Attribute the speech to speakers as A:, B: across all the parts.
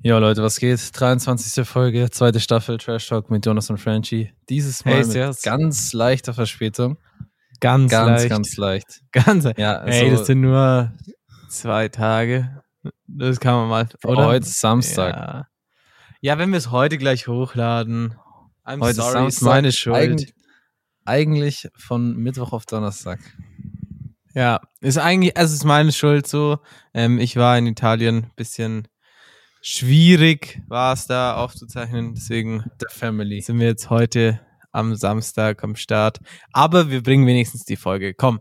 A: Jo Leute, was geht? 23. Folge, zweite Staffel Trash Talk mit Jonas und Franchi. Dieses Mal
B: Hey,
A: mit
B: servus.
A: ganz leichter Verspätung.
B: Ganz,
A: Ganz,
B: leicht.
A: ganz Also leicht.
B: ganz leicht.
A: Ja,
B: Ey,
A: so,
B: das sind nur zwei Tage. Das kann man mal. Oder?
A: heute ist Samstag.
B: Ja, ja wenn wir es heute gleich hochladen. I'm
A: Heute ist
B: sorry, ist
A: Samstag.
B: meine Schuld.
A: Eig eigentlich von Mittwoch auf Donnerstag.
B: ja, ist eigentlich, es ist meine Schuld so. Ähm, ich war in Italien bisschen schwierig, war es da aufzuzeichnen. Deswegen
A: The Family.
B: sind wir jetzt heute am Samstag am Start. Aber wir bringen wenigstens die Folge. Komm.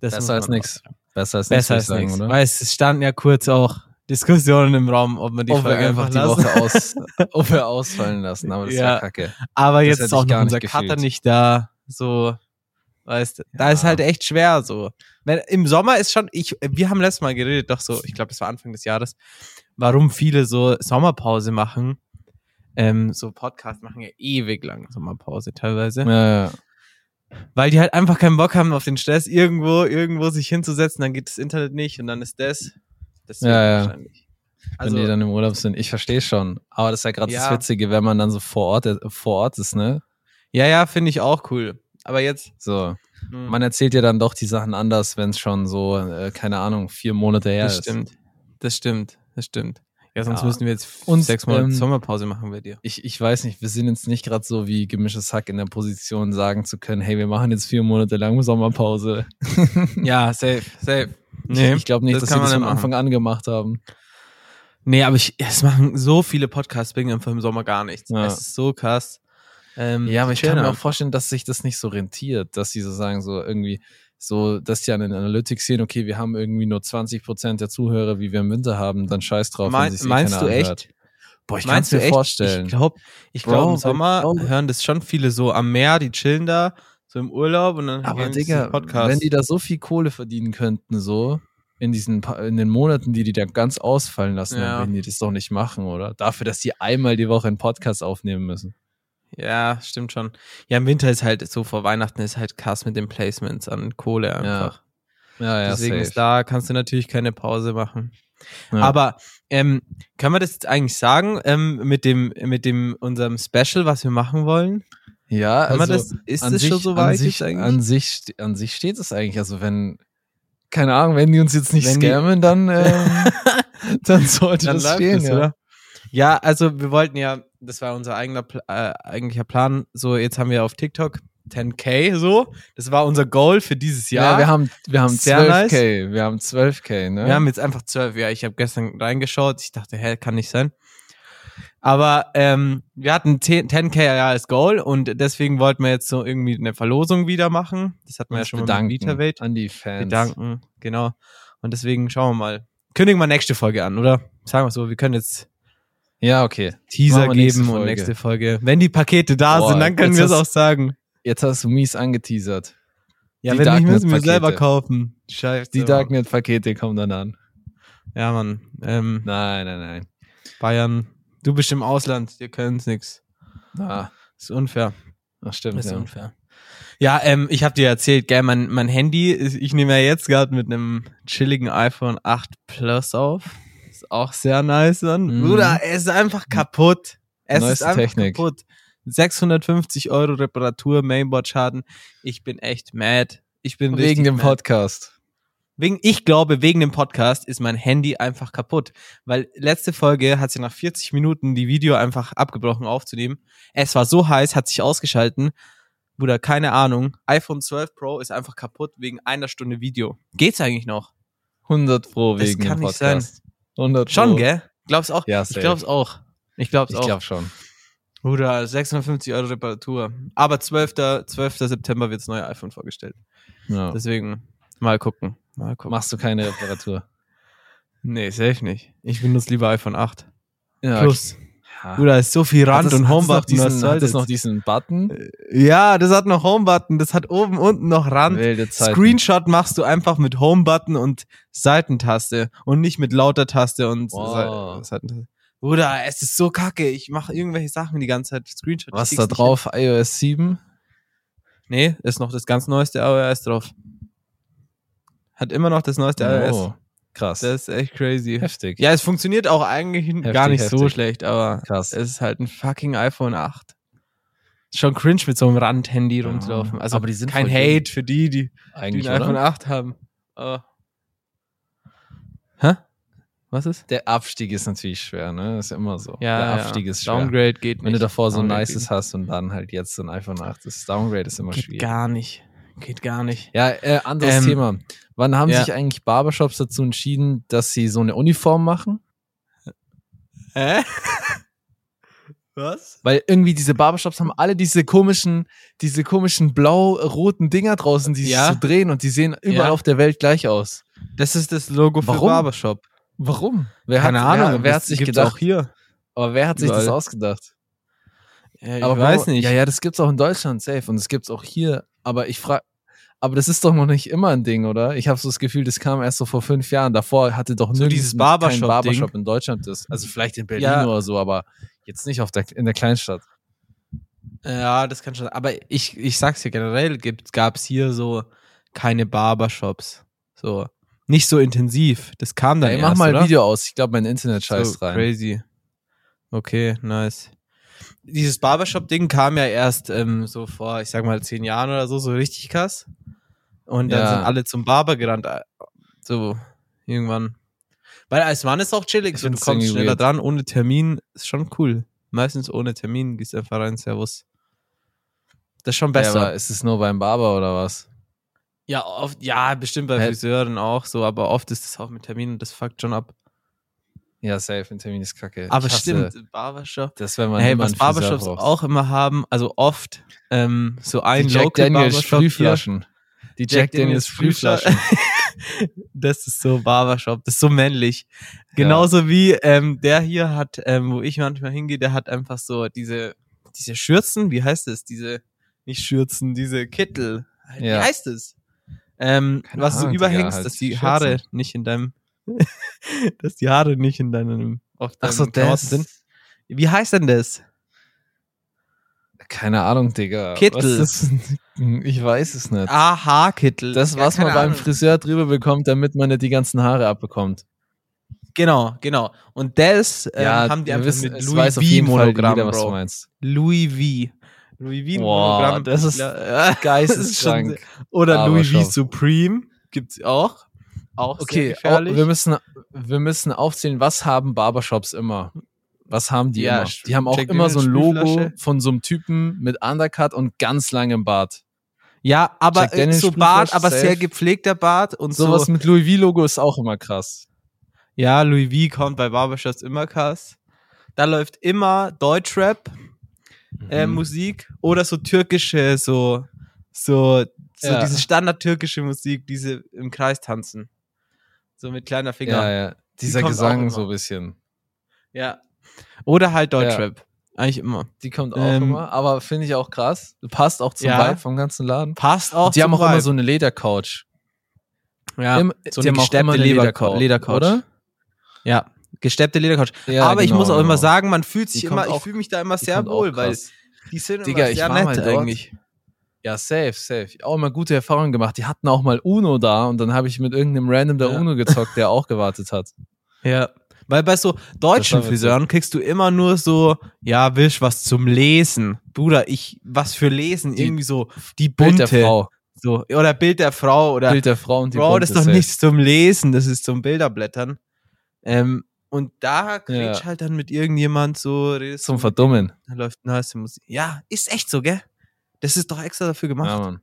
B: Das muss
A: Besser als
B: man
A: nichts. Besser als nichts,
B: Besser
A: würde ich
B: als
A: sagen,
B: nichts.
A: oder?
B: Weil es standen ja kurz auch Diskussionen im Raum, ob man die
A: ob wir
B: Folge
A: einfach die
B: lassen.
A: Woche aus, ob wir ausfallen lassen, aber das
B: Ja.
A: war kacke.
B: Aber
A: das
B: jetzt
A: hätte
B: ist
A: ich
B: auch
A: gar
B: noch unser
A: nicht
B: Cutter
A: gefühlt.
B: nicht da. So, weißt du, da ist
A: Ja.
B: halt echt schwer so. Wenn, Im Sommer ist schon, ich, wir haben letztes Mal geredet, doch so, ich glaube, das war Anfang des Jahres, warum viele so Sommerpause machen. Ähm, so Podcasts machen ja ewig lang Sommerpause teilweise.
A: Ja, ja.
B: Weil die halt einfach keinen Bock haben auf den Stress, irgendwo, irgendwo sich hinzusetzen, dann geht das Internet nicht und dann ist das. Deswegen
A: Ja, ja.
B: wahrscheinlich.
A: wenn die dann im Urlaub sind. Ich verstehe schon. Aber das ist ja gerade das
B: Also Ja.
A: Witzige, wenn man dann so vor Ort, vor Ort ist, ne?
B: Ja, ja, finde ich auch cool. Aber jetzt. hm,
A: So.
B: mh,
A: Man erzählt ja dann doch die Sachen anders, wenn es schon so, äh, keine Ahnung, vier Monate her
B: das
A: ist.
B: stimmt. Das stimmt. Das stimmt. Ja, sonst
A: Ja.
B: müssen wir jetzt
A: Und,
B: Und, sechs Monate
A: ähm,
B: Sommerpause machen bei dir.
A: Ich, ich weiß nicht, wir sind jetzt nicht gerade so wie gemischtes Hack in der Position, sagen zu können, hey, wir machen jetzt vier Monate lang Sommerpause.
B: Ja, safe, safe.
A: ich ich glaube nicht, dass wir das
B: nicht
A: am
B: machen.
A: Anfang an gemacht haben.
B: Nee, aber ich, es machen so viele Podcasts wegen einfach im Sommer gar nichts.
A: Ja.
B: Es ist so krass. Ähm,
A: Ja, aber ich kann
B: chillen
A: mir auch
B: einfach.
A: vorstellen, dass sich das nicht so rentiert, dass sie so sagen, so irgendwie, so, dass die an den Analytics sehen, okay, wir haben irgendwie nur 20% der Zuhörer, wie wir im Winter haben, dann scheiß drauf. wenn
B: Mein,
A: sich's eh
B: meinst
A: keiner
B: du echt?
A: anhört. Boah, ich kann
B: Meinst
A: es
B: du
A: mir
B: echt?
A: vorstellen.
B: Ich glaube, ich
A: Bro,
B: glaub, im
A: weil-
B: Sommer
A: Bro.
B: hören das schon viele so am Meer, die chillen da, so im Urlaub und dann
A: Aber
B: hören die
A: Digga,
B: diesen Podcast.
A: wenn die da so viel Kohle verdienen könnten, so in diesen pa- in den Monaten, die die da ganz ausfallen lassen,
B: Ja.
A: dann würden die das doch nicht machen, oder? Dafür, dass die einmal die Woche einen Podcast aufnehmen müssen.
B: ja, stimmt schon. Ja, im Winter ist halt so vor Weihnachten ist halt krass mit den Placements an Kohle einfach.
A: Ja, ja,
B: Deswegen
A: safe.
B: ist da kannst du natürlich keine Pause machen.
A: ja.
B: Aber ähm, können wir das jetzt eigentlich sagen ähm, mit dem mit dem unserem Special, was wir machen wollen?
A: ja, also
B: Kann man das, ist
A: an
B: das
A: sich,
B: schon so weit
A: an sich,
B: jetzt eigentlich?
A: An sich, ste- an sich steht es eigentlich. Also wenn keine Ahnung, wenn die uns jetzt nicht
B: Wenn die-
A: scammen, dann ähm, dann sollte
B: Dann
A: das
B: läuft
A: stehen,
B: es,
A: ja.
B: oder? Ja, also wir wollten ja, das war unser eigener Pl äh, eigentlicher Plan. So, jetzt haben wir auf TikTok 10k so. Das war unser Goal für dieses
A: Ja,
B: Jahr.
A: wir haben wir haben
B: Sehr
A: 12k, wir haben 12k, ne?
B: Wir haben jetzt einfach 12. Ja, ich habe gestern reingeschaut. Ich dachte, hä, kann nicht sein. Aber ähm, wir hatten 10, 10k ja als Goal und deswegen wollten wir jetzt so irgendwie eine Verlosung wieder machen. Das hatten wir ja
A: uns
B: schon
A: bedanken
B: mal mit Vita Welt.
A: an die Fans.
B: Gedanken, genau. Und deswegen schauen wir mal. Kündigen wir nächste Folge an, oder? Sagen wir so, wir können jetzt
A: Ja, okay.
B: Teaser
A: Machen wir nächste
B: geben und
A: Folge.
B: nächste Folge. Wenn die Pakete da
A: Boah,
B: sind, dann können
A: jetzt
B: wir es
A: hast-
B: auch sagen.
A: Jetzt hast du mies angeteasert.
B: Ja,
A: die
B: wenn nicht, müssen wir
A: Darknet-Pakete.
B: selber kaufen. Scheiße.
A: Die Darknet-Pakete kommen dann an.
B: Ja, Mann. Ähm,
A: Nein, nein, nein.
B: Bayern. Du bist im Ausland, dir können's nix.
A: Ah,
B: Ist unfair.
A: ach stimmt.
B: Ist
A: Ja.
B: unfair. Ja, ähm, ich habe dir erzählt, gell, mein, mein Handy, ist, ich nehme ja jetzt gerade mit einem chilligen iPhone 8 Plus auf. Ist auch sehr nice dann.
A: Mhm.
B: Bruder, es ist einfach kaputt. Es ist
A: Neueste
B: einfach
A: Technik.
B: kaputt. 650 Euro Reparatur, Mainboard-Schaden. Ich bin echt mad. Ich bin
A: Wegen
B: richtig
A: dem
B: mad.
A: Podcast.
B: Wegen, ich glaube, wegen dem Podcast ist mein Handy einfach kaputt. Weil letzte Folge hat sie nach 40 Minuten die Video einfach abgebrochen aufzunehmen. Es war so heiß, hat sich ausgeschalten. Bruder, keine Ahnung. iPhone 12 Pro ist einfach kaputt wegen einer Stunde Video. Geht's eigentlich noch?
A: 100 Pro
B: Das
A: wegen
B: kann
A: dem
B: nicht sein.
A: Podcast. 100 Pro.
B: Schon, gell? Glaub's auch.
A: Ja,
B: ich
A: safe.
B: glaub's auch. Ich glaub's
A: Ich
B: auch.
A: glaube schon.
B: Bruder, 650 Euro Reparatur. Aber 12. 12. September wird's neue iPhone vorgestellt.
A: Ja.
B: Deswegen, mal gucken. Mal gucken.
A: Machst du keine Reparatur.
B: Nee, safe nicht. Ich benutze lieber iPhone 8.
A: Ja,
B: Plus.
A: Ja.
B: Bruder, ist so viel Rand
A: Ah. Hat es-
B: und
A: hat es
B: Homebutton.
A: noch
B: was
A: diesen,
B: soll
A: Hat es noch
B: das? Äh,
A: diesen Button?
B: ja, das hat noch Homebutton. Das hat oben unten noch Rand.
A: Wilde Zeiten.
B: Screenshot machst du einfach mit Homebutton und Seitentaste und nicht mit lauter Taste und
A: Wow.
B: Se Seitentaste. Bruder, es ist so kacke. Ich mache irgendwelche Sachen die ganze Zeit. Screenshot.
A: Was
B: ich
A: da
B: krieg's nicht
A: drauf? iOS 7?
B: hin. Nee, ist noch das ganz neueste iOS drauf. Hat immer noch das neueste iOS.
A: Oh. Krass.
B: Das ist echt crazy.
A: heftig.
B: Ja, es funktioniert auch eigentlich n-
A: Heftig,
B: gar nicht so
A: heftig.
B: schlecht, aber
A: Krass.
B: es ist halt ein fucking iPhone 8. Schon cringe mit so einem Randhandy rumzulaufen. Also
A: aber die sind
B: kein
A: voll
B: Hate
A: jung.
B: für die, die, die
A: Eigentlich,
B: ein iPhone
A: oder?
B: 8 haben. Aber Hä? Was ist?
A: Der Abstieg ist natürlich schwer, ne? Ist ja immer so. Der Abstieg ist schwer.
B: Downgrade geht
A: Wenn
B: nicht.
A: du davor so ein
B: Downgrade
A: nices hast und dann halt jetzt so ein iPhone 8, das Downgrade ist immer
B: geht, geht
A: schwierig.
B: gar nicht. Geht gar nicht.
A: Ja, äh, anderes
B: Ähm,
A: Thema. Wann haben
B: ja.
A: sich eigentlich Barbershops dazu entschieden, dass sie so eine Uniform machen?
B: Hä? Was?
A: Weil irgendwie diese Barbershops haben alle diese komischen, diese komischen blau-roten Dinger draußen, die
B: Ja.
A: sich so drehen und die sehen überall
B: Ja.
A: auf der Welt gleich aus.
B: Das ist das Logo für
A: Warum?
B: Barbershop.
A: Warum? Wer
B: Keine
A: hat,
B: Ahnung.
A: Wer, wer
B: das
A: hat sich
B: gibt's
A: gedacht?
B: Auch hier.
A: Aber wer hat sich das
B: Überall.
A: ausgedacht?
B: Ja, ich
A: aber
B: weiß
A: warum-
B: nicht.
A: Ja, ja, das gibt's auch in Deutschland safe und es gibt's auch hier. Aber ich frage, aber das ist doch noch nicht immer ein Ding, oder? Ich habe so das Gefühl, das kam erst so vor fünf Jahren. Davor hatte doch
B: So
A: nirgends
B: dieses
A: ein-
B: Barbershop-Ding.
A: kein Barbershop in Deutschland ist. Also vielleicht in Berlin
B: Ja.
A: oder so, aber jetzt nicht auf der, in der Kleinstadt.
B: Ja, das kann schon. Aber ich, ich sag's dir generell, gab es hier so keine Barbershops. So. Nicht so intensiv. Das kam dann
A: Ey,
B: erst,
A: mach mal
B: oder?
A: ein Video aus. Ich glaube, mein Internet scheißt
B: so
A: rein.
B: Crazy. Okay, nice. Dieses Barbershop-Ding kam ja erst ähm, so vor, ich sag mal, zehn Jahren oder so, so richtig krass. Und dann
A: Ja.
B: sind alle zum Barber gerannt. äh, So, irgendwann. Weil als Mann ist auch chillig,
A: Ich
B: so, du
A: find's
B: kommst
A: irgendwie
B: schneller
A: weird.
B: dran, ohne Termin, ist schon cool. Meistens ohne Termin gehst einfach rein, Servus. Das ist schon
A: Besser.
B: besser.
A: ist es nur beim Barber oder was?
B: Ja, oft, ja, bestimmt bei
A: Hä?
B: Friseuren auch so, aber oft ist das auch mit Termin und das fuckt schon ab.
A: Ja, safe. Ein Termin ist kacke.
B: Aber
A: Ich hasse
B: stimmt, Barbershop.
A: Das, wenn man
B: Hey,
A: immer
B: was
A: einen Friseur
B: Barbershops
A: braucht.
B: auch immer haben, also oft ähm, so ein
A: Die Jack
B: Local
A: Daniels
B: Barbershop hier.
A: Sprühflaschen. Die
B: Jack
A: Jack Daniels
B: Daniels
A: Sprühflaschen.
B: Das ist so Barbershop, das ist so männlich. Genauso wie ähm, der hier hat, ähm, wo ich manchmal hingehe, der hat einfach so diese diese Schürzen, wie heißt es? Diese nicht Schürzen, diese Kittel.
A: Ja.
B: Wie heißt es? Ähm,
A: Keine
B: was du
A: Ahnung, Digga,
B: überhängst,
A: halt
B: dass die
A: Schürzen.
B: Haare nicht in deinem dass die Haare nicht in deinem auf
A: Ach so,
B: deinen Klamotten
A: das.
B: Wie heißt denn das?
A: Keine Ahnung, Digga.
B: Kittel.
A: Was ist das? Ich weiß es nicht.
B: AH-Kittel.
A: Das,
B: Ja,
A: was
B: keine
A: man beim
B: Ahnung.
A: Friseur drüber bekommt, damit man nicht die ganzen Haare abbekommt.
B: Genau, genau. Und das ähm, haben die
A: wir
B: einfach
A: wissen,
B: mit
A: es
B: Louis
A: auf jeden
B: V
A: Fall
B: Monogramm,
A: jeder, was du
B: Bro.
A: meinst.
B: Louis V. Louis V
A: Boah,
B: Monogramm.
A: das ist
B: Ja, äh,
A: Geisteskrank.
B: Oder
A: aber
B: Louis V
A: schon.
B: Supreme gibt's auch. Auch sehr
A: Okay, oh,
B: gefährlich.
A: wir müssen, wir müssen aufzählen, was haben Barbershops immer? Was haben die
B: Ja,
A: immer? Die haben auch
B: Jack
A: immer so ein
B: Daniels
A: Logo
B: Sprühflasche.
A: von so einem Typen mit Undercut und ganz langem Bart.
B: ja, aber äh,
A: Jack Daniels
B: so Bart,
A: Sprühflasche,
B: aber
A: safe.
B: sehr gepflegter Bart und so.
A: Sowas mit Louis V Logo ist auch immer krass.
B: Ja, Louis V kommt bei Barbershops immer krass. Da läuft immer Deutschrap.
A: Mhm.
B: äh, Musik oder so türkische, so, so, so
A: Ja.
B: diese standardtürkische Musik, diese im Kreis tanzen. So mit kleiner
A: ja,
B: Finger. Ja.
A: ja. Dieser
B: kommt auch
A: Gesang
B: immer.
A: so ein bisschen.
B: Oder halt Deutschrap. Eigentlich immer.
A: Die kommt auch
B: Ähm,
A: immer, aber finde ich auch krass. Passt auch zum
B: Ja.
A: Vibe vom ganzen Laden.
B: Passt auch.
A: die
B: zum
A: haben auch immer
B: Vibe.
A: so eine Ledercouch.
B: ja,
A: im-
B: so
A: die
B: eine
A: haben auch immer
B: gesteppte
A: eine
B: Ledercouch,
A: Ledercouch,
B: Ledercouch.
A: oder?
B: Ja, gesteppte Ledercouch.
A: Ja,
B: Aber ich
A: genau,
B: muss auch
A: genau.
B: immer sagen, man fühlt sich
A: Die
B: immer,
A: kommt
B: ich
A: auch-
B: fühle mich da immer
A: Die
B: sehr
A: kommt auch
B: wohl, weil
A: krass.
B: die sind immer
A: Digga,
B: sehr
A: ich halt war
B: nett
A: mal dort.
B: eigentlich.
A: Ja, safe, safe. Auch immer gute Erfahrungen gemacht. Die hatten auch mal Uno da und dann habe ich mit irgendeinem Random der
B: Ja.
A: Uno gezockt, der auch gewartet hat.
B: Ja. Weil bei so deutschen
A: witzig.
B: Friseuren kriegst du immer nur so, ja, willst was zum Lesen. Bruder, ich, was für Lesen?
A: Die-
B: Irgendwie so, die
A: Bild
B: bunte.
A: der Frau.
B: So, oder Bild der Frau oder,
A: Bild der Frau und die
B: Bro,
A: bunte, halt
B: das ist doch
A: safe.
B: nichts zum Lesen, das ist zum Bilderblättern. Ähm, und da kriegst
A: Ja.
B: halt dann mit irgendjemand so, redest
A: Zum
B: mit
A: Verdummen.
B: dem, dann läuft nice Musik. Ja, ist echt so, gell? Das ist doch extra dafür
A: Ja,
B: gemacht.
A: Mann.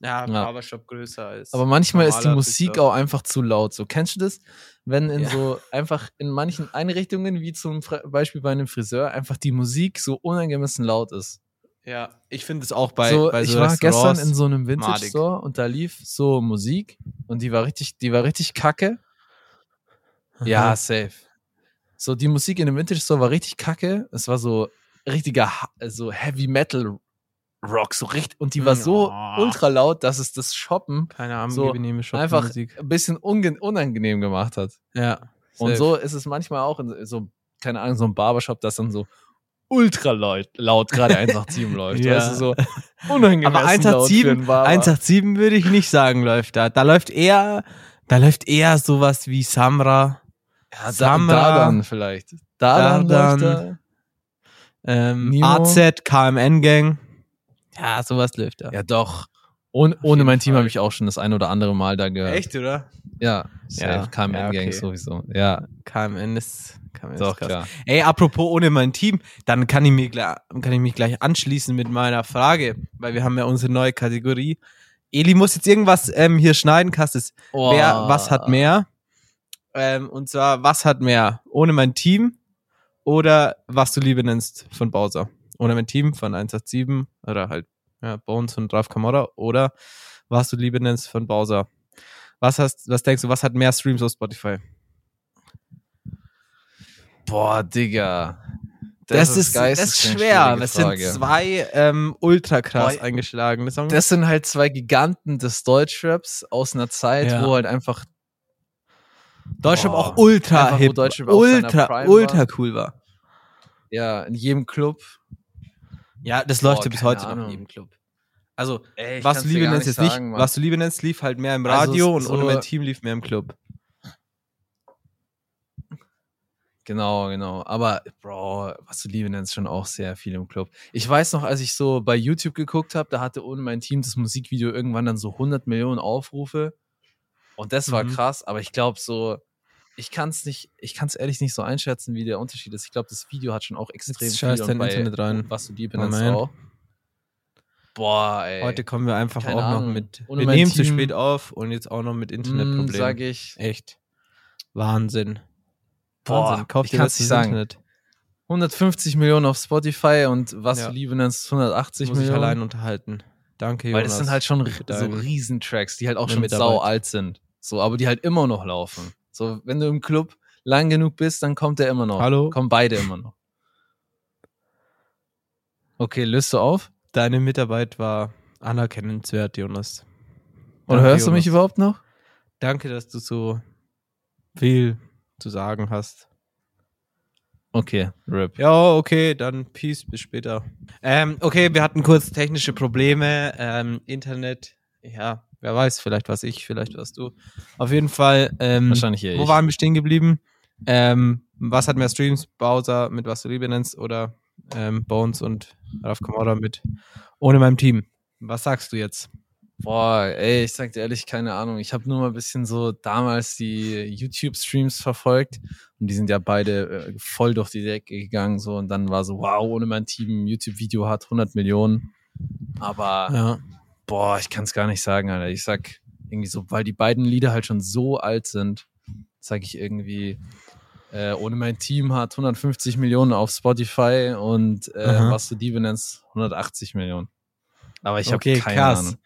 B: Ja,
A: Ja.
B: Barbershop größer als.
A: Aber manchmal ist die
B: normaler
A: Musik
B: Friseur.
A: auch einfach zu laut. So, kennst du das? Wenn in
B: Ja.
A: so einfach in manchen Einrichtungen, wie zum Fre- Beispiel bei einem Friseur, einfach die Musik so unangemessen laut ist.
B: Ja, ich finde es auch bei,
A: so,
B: bei so
A: ich war gestern
B: Restaurants.
A: in so einem
B: madig.
A: Vintage Store und da lief so Musik und die war richtig, die war richtig kacke. Ja, safe. So die Musik in dem Vintage Store war richtig kacke. Es war so richtiger Ha- so Heavy Metal Rock so richtig und die
B: Mm,
A: war so
B: Ja.
A: ultra laut, dass es das Shoppen
B: Keine Ahnung,
A: So,
B: angenehme Shoppen
A: einfach
B: Musik.
A: ein bisschen unge- unangenehm gemacht hat.
B: Ja.
A: Und so ist es manchmal auch in so keine Ahnung so einem Barbershop, dass dann so ultra laut, laut gerade 187 läuft.
B: Ja.
A: Weißt du, so unangenehm.
B: Aber 187 187 würde ich nicht sagen, läuft da. Da läuft eher Da läuft eher sowas wie Samra.
A: Ja, da,
B: Samra.
A: da dann vielleicht. Da dann.
B: Da
A: läuft
B: dann. Ähm,
A: Nemo.
B: AZ, KMN Gang. Ja, sowas läuft da.
A: da. Ja, doch. Ohne, ohne
B: jeden
A: mein Team
B: Fall.
A: habe ich auch schon das ein oder andere Mal da gehört.
B: oder?
A: Ja. Safe.
B: Ja.
A: KMN
B: Ja, okay.
A: Gang sowieso. Ja,
B: KMN ist, KMN ist
A: doch,
B: krass.
A: klar.
B: Ey, apropos ohne mein Team, dann kann ich, mir, gla- kann ich mich gleich anschließen mit meiner Frage, weil wir haben ja unsere neue Kategorie. Eli muss jetzt irgendwas ähm, hier schneiden, Kastis.
A: Oh.
B: Wer, was hat mehr? Ähm, und zwar, was hat mehr? Ohne mein Team oder was du Liebe nennst von Bowser? Ohne mein Team von 187 oder halt ja, Bones und Ralph Kamora oder was du Liebe nennst von Bowser? Was, hast, was denkst du, was hat mehr Streams auf Spotify?
A: Boah, Digga. geisteskrank schwierige
B: Das sind
A: Frage.
B: zwei ähm, ultra krass
A: Boah,
B: eingeschlagene Songs.
A: Das sind halt zwei Giganten des Deutschraps aus einer Zeit,
B: Ja.
A: wo halt einfach
B: Deutschrap
A: Boah.
B: auch ultra
A: Einfach, wo
B: hip,
A: Deutschrap auf seiner
B: ultra,
A: Prime
B: ultra cool war.
A: ja in jedem Club.
B: Ja, das
A: Boah,
B: läuft ja bis
A: keine
B: heute noch
A: Ahnung.
B: in jedem Club. Also,
A: Ey, ich
B: was
A: kann's
B: du
A: dir
B: Liebe
A: gar
B: nennst jetzt nicht,
A: sagen, Mann.
B: was du Liebe nennst, lief halt mehr im
A: Also,
B: Radio
A: es-
B: und
A: so-
B: ohne mein Team lief mehr im Club.
A: Genau, genau. Aber Bro, was du Liebe nennst, schon auch sehr viel im Club. Ich weiß noch, als ich so bei YouTube geguckt habe, da hatte ohne mein Team das Musikvideo irgendwann dann so 100 Millionen Aufrufe. Und das war
B: Mhm.
A: krass, aber ich glaube so, ich kann es nicht, ich kann es ehrlich nicht so einschätzen, wie der Unterschied ist. Ich glaube, das Video hat schon auch extrem
B: Jetzt
A: viel
B: scheiß dein
A: bei
B: Internet rein.
A: was du Liebe nennst
B: Moment.
A: auch. Boah, ey.
B: Heute kommen wir einfach
A: Keine
B: auch noch
A: Ahnung.
B: mit.
A: Ohne
B: wir
A: mein
B: nehmen zu
A: Team-
B: spät auf und jetzt auch noch mit
A: Internetproblem.
B: Internetproblemen.
A: sage Hm, ich
B: Echt. Wahnsinn.
A: Boah,
B: Wahnsinn. Kauf
A: ich
B: dir
A: kann's
B: das
A: nicht sagen.
B: Internet.
A: 150 Millionen auf Spotify und was
B: Ja.
A: du Liebe nennst 180
B: Muss ich
A: Millionen.
B: allein unterhalten. Danke,
A: Weil
B: Jonas.
A: das sind halt schon ri- so
B: deinen-
A: Riesentracks, die halt auch
B: deine
A: schon
B: Mitarbeit.
A: sau alt sind. So, aber die halt immer noch laufen. So, wenn du im Club lang genug bist, dann kommt der immer noch.
B: Hallo?
A: Kommen beide immer noch. Okay, löst du auf?
B: Deine Mitarbeit war anerkennenswert, Jonas.
A: Oder
B: Danke,
A: hörst du mich
B: Jonas.
A: überhaupt noch?
B: Danke, dass du so viel zu sagen hast.
A: Okay, RIP.
B: Ja, okay, dann Peace, bis später. Ähm, okay, wir hatten kurz technische Probleme, ähm, Internet, ja, wer weiß, vielleicht war's ich, vielleicht warst du. Auf jeden Fall, ähm,
A: Wahrscheinlich eher
B: wo
A: ich.
B: waren wir stehen geblieben? Ähm, was hat mehr Streams? Bowser mit was du Liebe nennst oder ähm, Bones und Raf Kamora mit ohne meinem Team? Was sagst du jetzt?
A: Boah, ey, ich sag dir ehrlich, keine Ahnung. Ich habe nur mal ein bisschen so damals die YouTube-Streams verfolgt und die sind ja beide äh, voll durch die Decke gegangen so und dann war so, wow, ohne mein Team, ein YouTube-Video hat 100 Millionen. Aber
B: Ja.
A: boah, ich kann es gar nicht sagen, Alter. Ich sag irgendwie so, weil die beiden Lieder halt schon so alt sind, sag ich irgendwie, äh, ohne mein Team hat 150 Millionen auf Spotify und äh,
B: Aha.
A: was du die benennst, 180 Millionen. Aber ich habe
B: okay,
A: keine
B: krass.
A: Ahnung.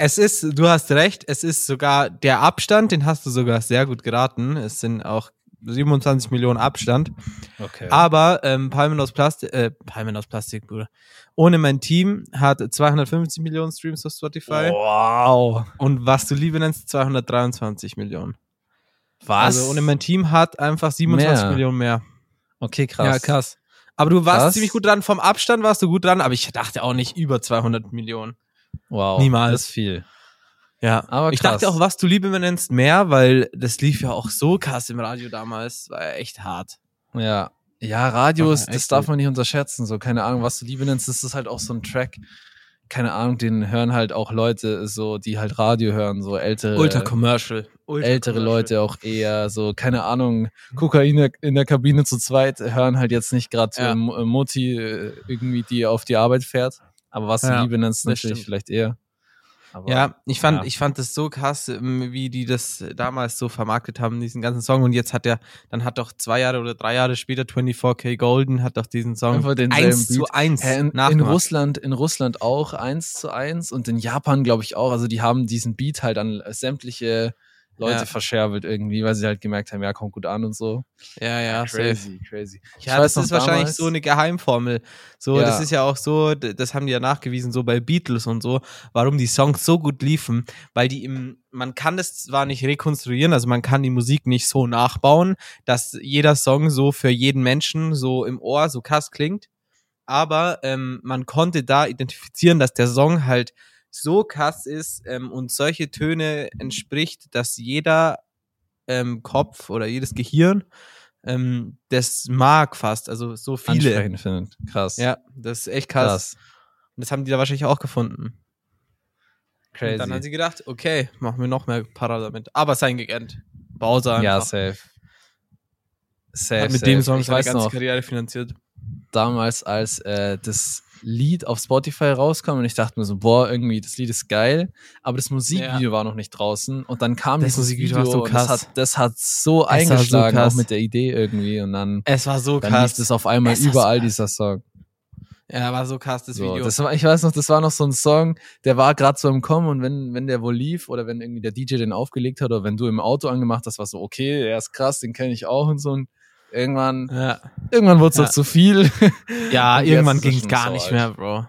B: Es ist, du hast recht, es ist sogar der Abstand, den hast du sogar sehr gut geraten. Es sind auch 27 Millionen Abstand.
A: Okay.
B: Aber ähm, Palmen aus Plastik, äh, Palmen aus Plastik, Bruder. Ohne mein Team hat 250 Millionen Streams auf Spotify.
A: Oh. Wow.
B: Und was du Liebe nennst, 223 Millionen.
A: Was?
B: Also ohne mein Team hat einfach 27
A: Mehr.
B: Millionen mehr.
A: okay, krass.
B: Ja, krass. Aber du warst
A: Krass.
B: ziemlich gut dran. Vom Abstand warst du gut dran, aber ich dachte auch nicht über 200 Millionen.
A: Wow.
B: Niemals.
A: Das ist viel.
B: Ja,
A: Aber
B: ich
A: krass.
B: dachte auch, was du Liebe nennst, mehr, weil das lief ja auch so krass im Radio damals, war ja echt hart.
A: Ja. Ja, Radio,
B: Ach,
A: ist, das
B: echt
A: darf
B: gut.
A: man nicht unterschätzen. So, keine Ahnung, was du Liebe nennst, das ist halt auch so ein Track. Keine Ahnung, den hören halt auch Leute, so, die halt Radio hören, so ältere,
B: Ultra commercial.
A: Äh.
B: Ultra Mhm.
A: ältere
B: commercial.
A: Leute auch eher, so, keine Ahnung, Kokain in der Kabine zu zweit hören halt jetzt nicht gerade
B: Ja.
A: ähm, Mutti äh, irgendwie, die auf die Arbeit fährt. Aber was
B: Ja,
A: du Liebe nennst,
B: das
A: natürlich
B: stimmt.
A: vielleicht eher. Aber
B: Ja, ich fand,
A: Ja.
B: ich fand das so krass, ähm, wie die das damals so vermarktet haben, diesen ganzen Song. Und jetzt hat er, dann hat doch zwei Jahre oder drei Jahre später 24K Golden hat doch diesen Song
A: Einfach denselben
B: eins zu
A: Beat.
B: eins
A: Hä, Äh, in, in
B: nachgemacht.
A: Russland, in Russland auch eins zu eins und in Japan glaube ich auch. Also die haben diesen Beat halt an sämtliche Leute
B: Ja.
A: verscherbelt irgendwie, weil sie halt gemerkt haben, ja kommt gut an und so.
B: Ja, ja, safe.
A: crazy, crazy. Ich
B: Ja,
A: weiß
B: das ist
A: noch
B: wahrscheinlich
A: damals-
B: so eine Geheimformel. So,
A: Ja.
B: das ist ja auch so, d- das haben die ja nachgewiesen, so bei Beatles und so, warum die Songs so gut liefen, weil die im, man kann das zwar nicht rekonstruieren, also man kann die Musik nicht so nachbauen, dass jeder Song so für jeden Menschen so im Ohr so krass klingt, aber ähm, man konnte da identifizieren, dass der Song halt so krass ist ähm, und solche Töne entspricht, dass jeder ähm, Kopf oder jedes Gehirn ähm, das mag fast. Also so viele.
A: ansprechend findet. Krass.
B: Ja, das ist echt krass.
A: krass.
B: Und das haben die da wahrscheinlich auch gefunden.
A: Crazy.
B: Und dann haben sie gedacht, okay, machen wir noch mehr Parallel damit. Aber sein gegönnt. Bowser
A: ja,
B: einfach.
A: safe. Safe,
B: Hat mit
A: safe.
B: dem Song
A: ich
B: seine
A: weiß
B: ganze
A: noch,
B: Karriere finanziert.
A: damals, als äh, das Lied auf Spotify rauskam und ich dachte mir so, boah, irgendwie, das Lied ist geil, aber das Musikvideo war noch nicht draußen und dann kam
B: Das
A: das,
B: Musikvideo
A: Musikvideo
B: war so
A: und das
B: krass.
A: hat, das hat so
B: war so
A: eingeschlagen,
B: krass.
A: auch mit der Idee irgendwie und dann,
B: Es war so
A: dann lief
B: krass.
A: das auf einmal
B: Es war so
A: überall,
B: krass.
A: dieser Song.
B: ja, war so krass, das
A: so,
B: Video.
A: Das war, ich weiß noch, das war noch so ein Song, der war gerade so im Kommen und wenn, wenn der wohl lief oder wenn irgendwie der DJ den aufgelegt hat oder wenn du im Auto angemacht hast, war so, okay, der ist krass, den kenne ich auch und so und irgendwann,
B: ja.
A: irgendwann wurde es
B: Ja.
A: auch zu viel.
B: Ja,
A: Und jetzt
B: irgendwann
A: ist es
B: ging es
A: schon
B: gar
A: so
B: nicht
A: alt.
B: mehr, Bro.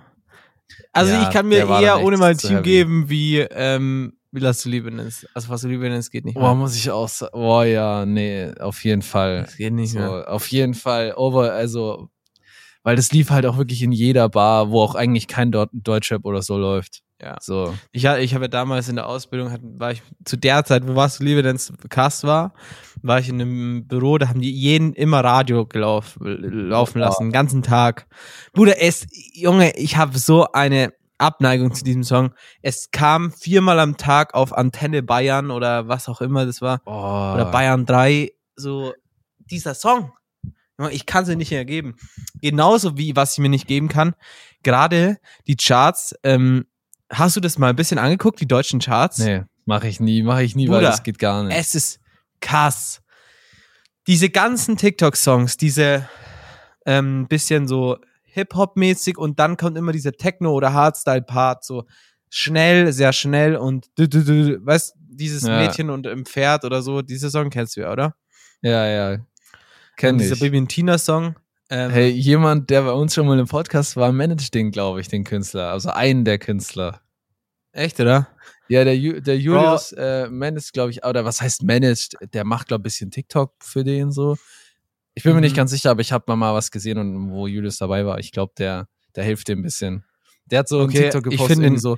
B: Also
A: Ja,
B: ich kann mir
A: der war
B: eher
A: dann
B: ohne
A: echt
B: mein
A: zu
B: Team
A: heavy.
B: geben wie ähm, Villas du lieben nennst. Also was du lieben nennst, geht nicht mehr.
A: Boah, muss ich auch sagen. Boah, ja, nee, auf jeden Fall.
B: das geht nicht
A: So,
B: mehr.
A: auf jeden Fall. Over, also, weil das lief halt auch wirklich in jeder Bar, wo auch eigentlich kein Do Deutschrap oder so läuft.
B: Ja.
A: So.
B: Ich, ha- ich habe ja damals in der Ausbildung, hat, war ich zu der Zeit, wo warst du liebe nennst, Cast war, war ich in einem Büro, da haben die jeden immer Radio gelauf, laufen lassen, den ganzen Tag. Bruder, es, Junge, ich habe so eine Abneigung zu diesem Song. Es kam viermal am Tag auf Antenne Bayern oder was auch immer das war.
A: Boah.
B: oder Bayern 3, so dieser Song. Ich kann sie nicht mehr geben. Genauso wie, was ich mir nicht geben kann, gerade die Charts. Ähm, hast du das mal ein bisschen angeguckt, die deutschen Charts?
A: Nee, mach ich nie, mach ich nie, weil
B: Bruder,
A: das geht gar nicht.
B: Es ist krass. Diese ganzen TikTok-Songs, diese ähm, bisschen so Hip-Hop-mäßig und dann kommt immer dieser Techno- oder Hardstyle-Part, so schnell, sehr schnell und du, du, du, weißt, dieses
A: Ja.
B: Mädchen und im Pferd oder so, diese Song kennst du ja, oder?
A: Ja, ja. Kenn
B: Dieser
A: ich.
B: Baby und Tina Song. Ähm,
A: Hey, jemand, der bei uns schon mal im Podcast war, managt den, glaube ich, den Künstler. Also einen der Künstler.
B: Echt, oder?
A: Ja, der, Ju der Julius äh, managt, glaube ich, oder was heißt managed? Der macht, glaube ich, ein bisschen TikTok für den so. Ich bin mir
B: Mhm.
A: nicht ganz sicher, aber ich habe mal was gesehen und wo Julius dabei war. Ich glaube, der, der hilft dem ein bisschen. Der hat so
B: Okay,
A: einen TikTok
B: ich
A: gepostet.
B: find ihn-
A: irgendwie so,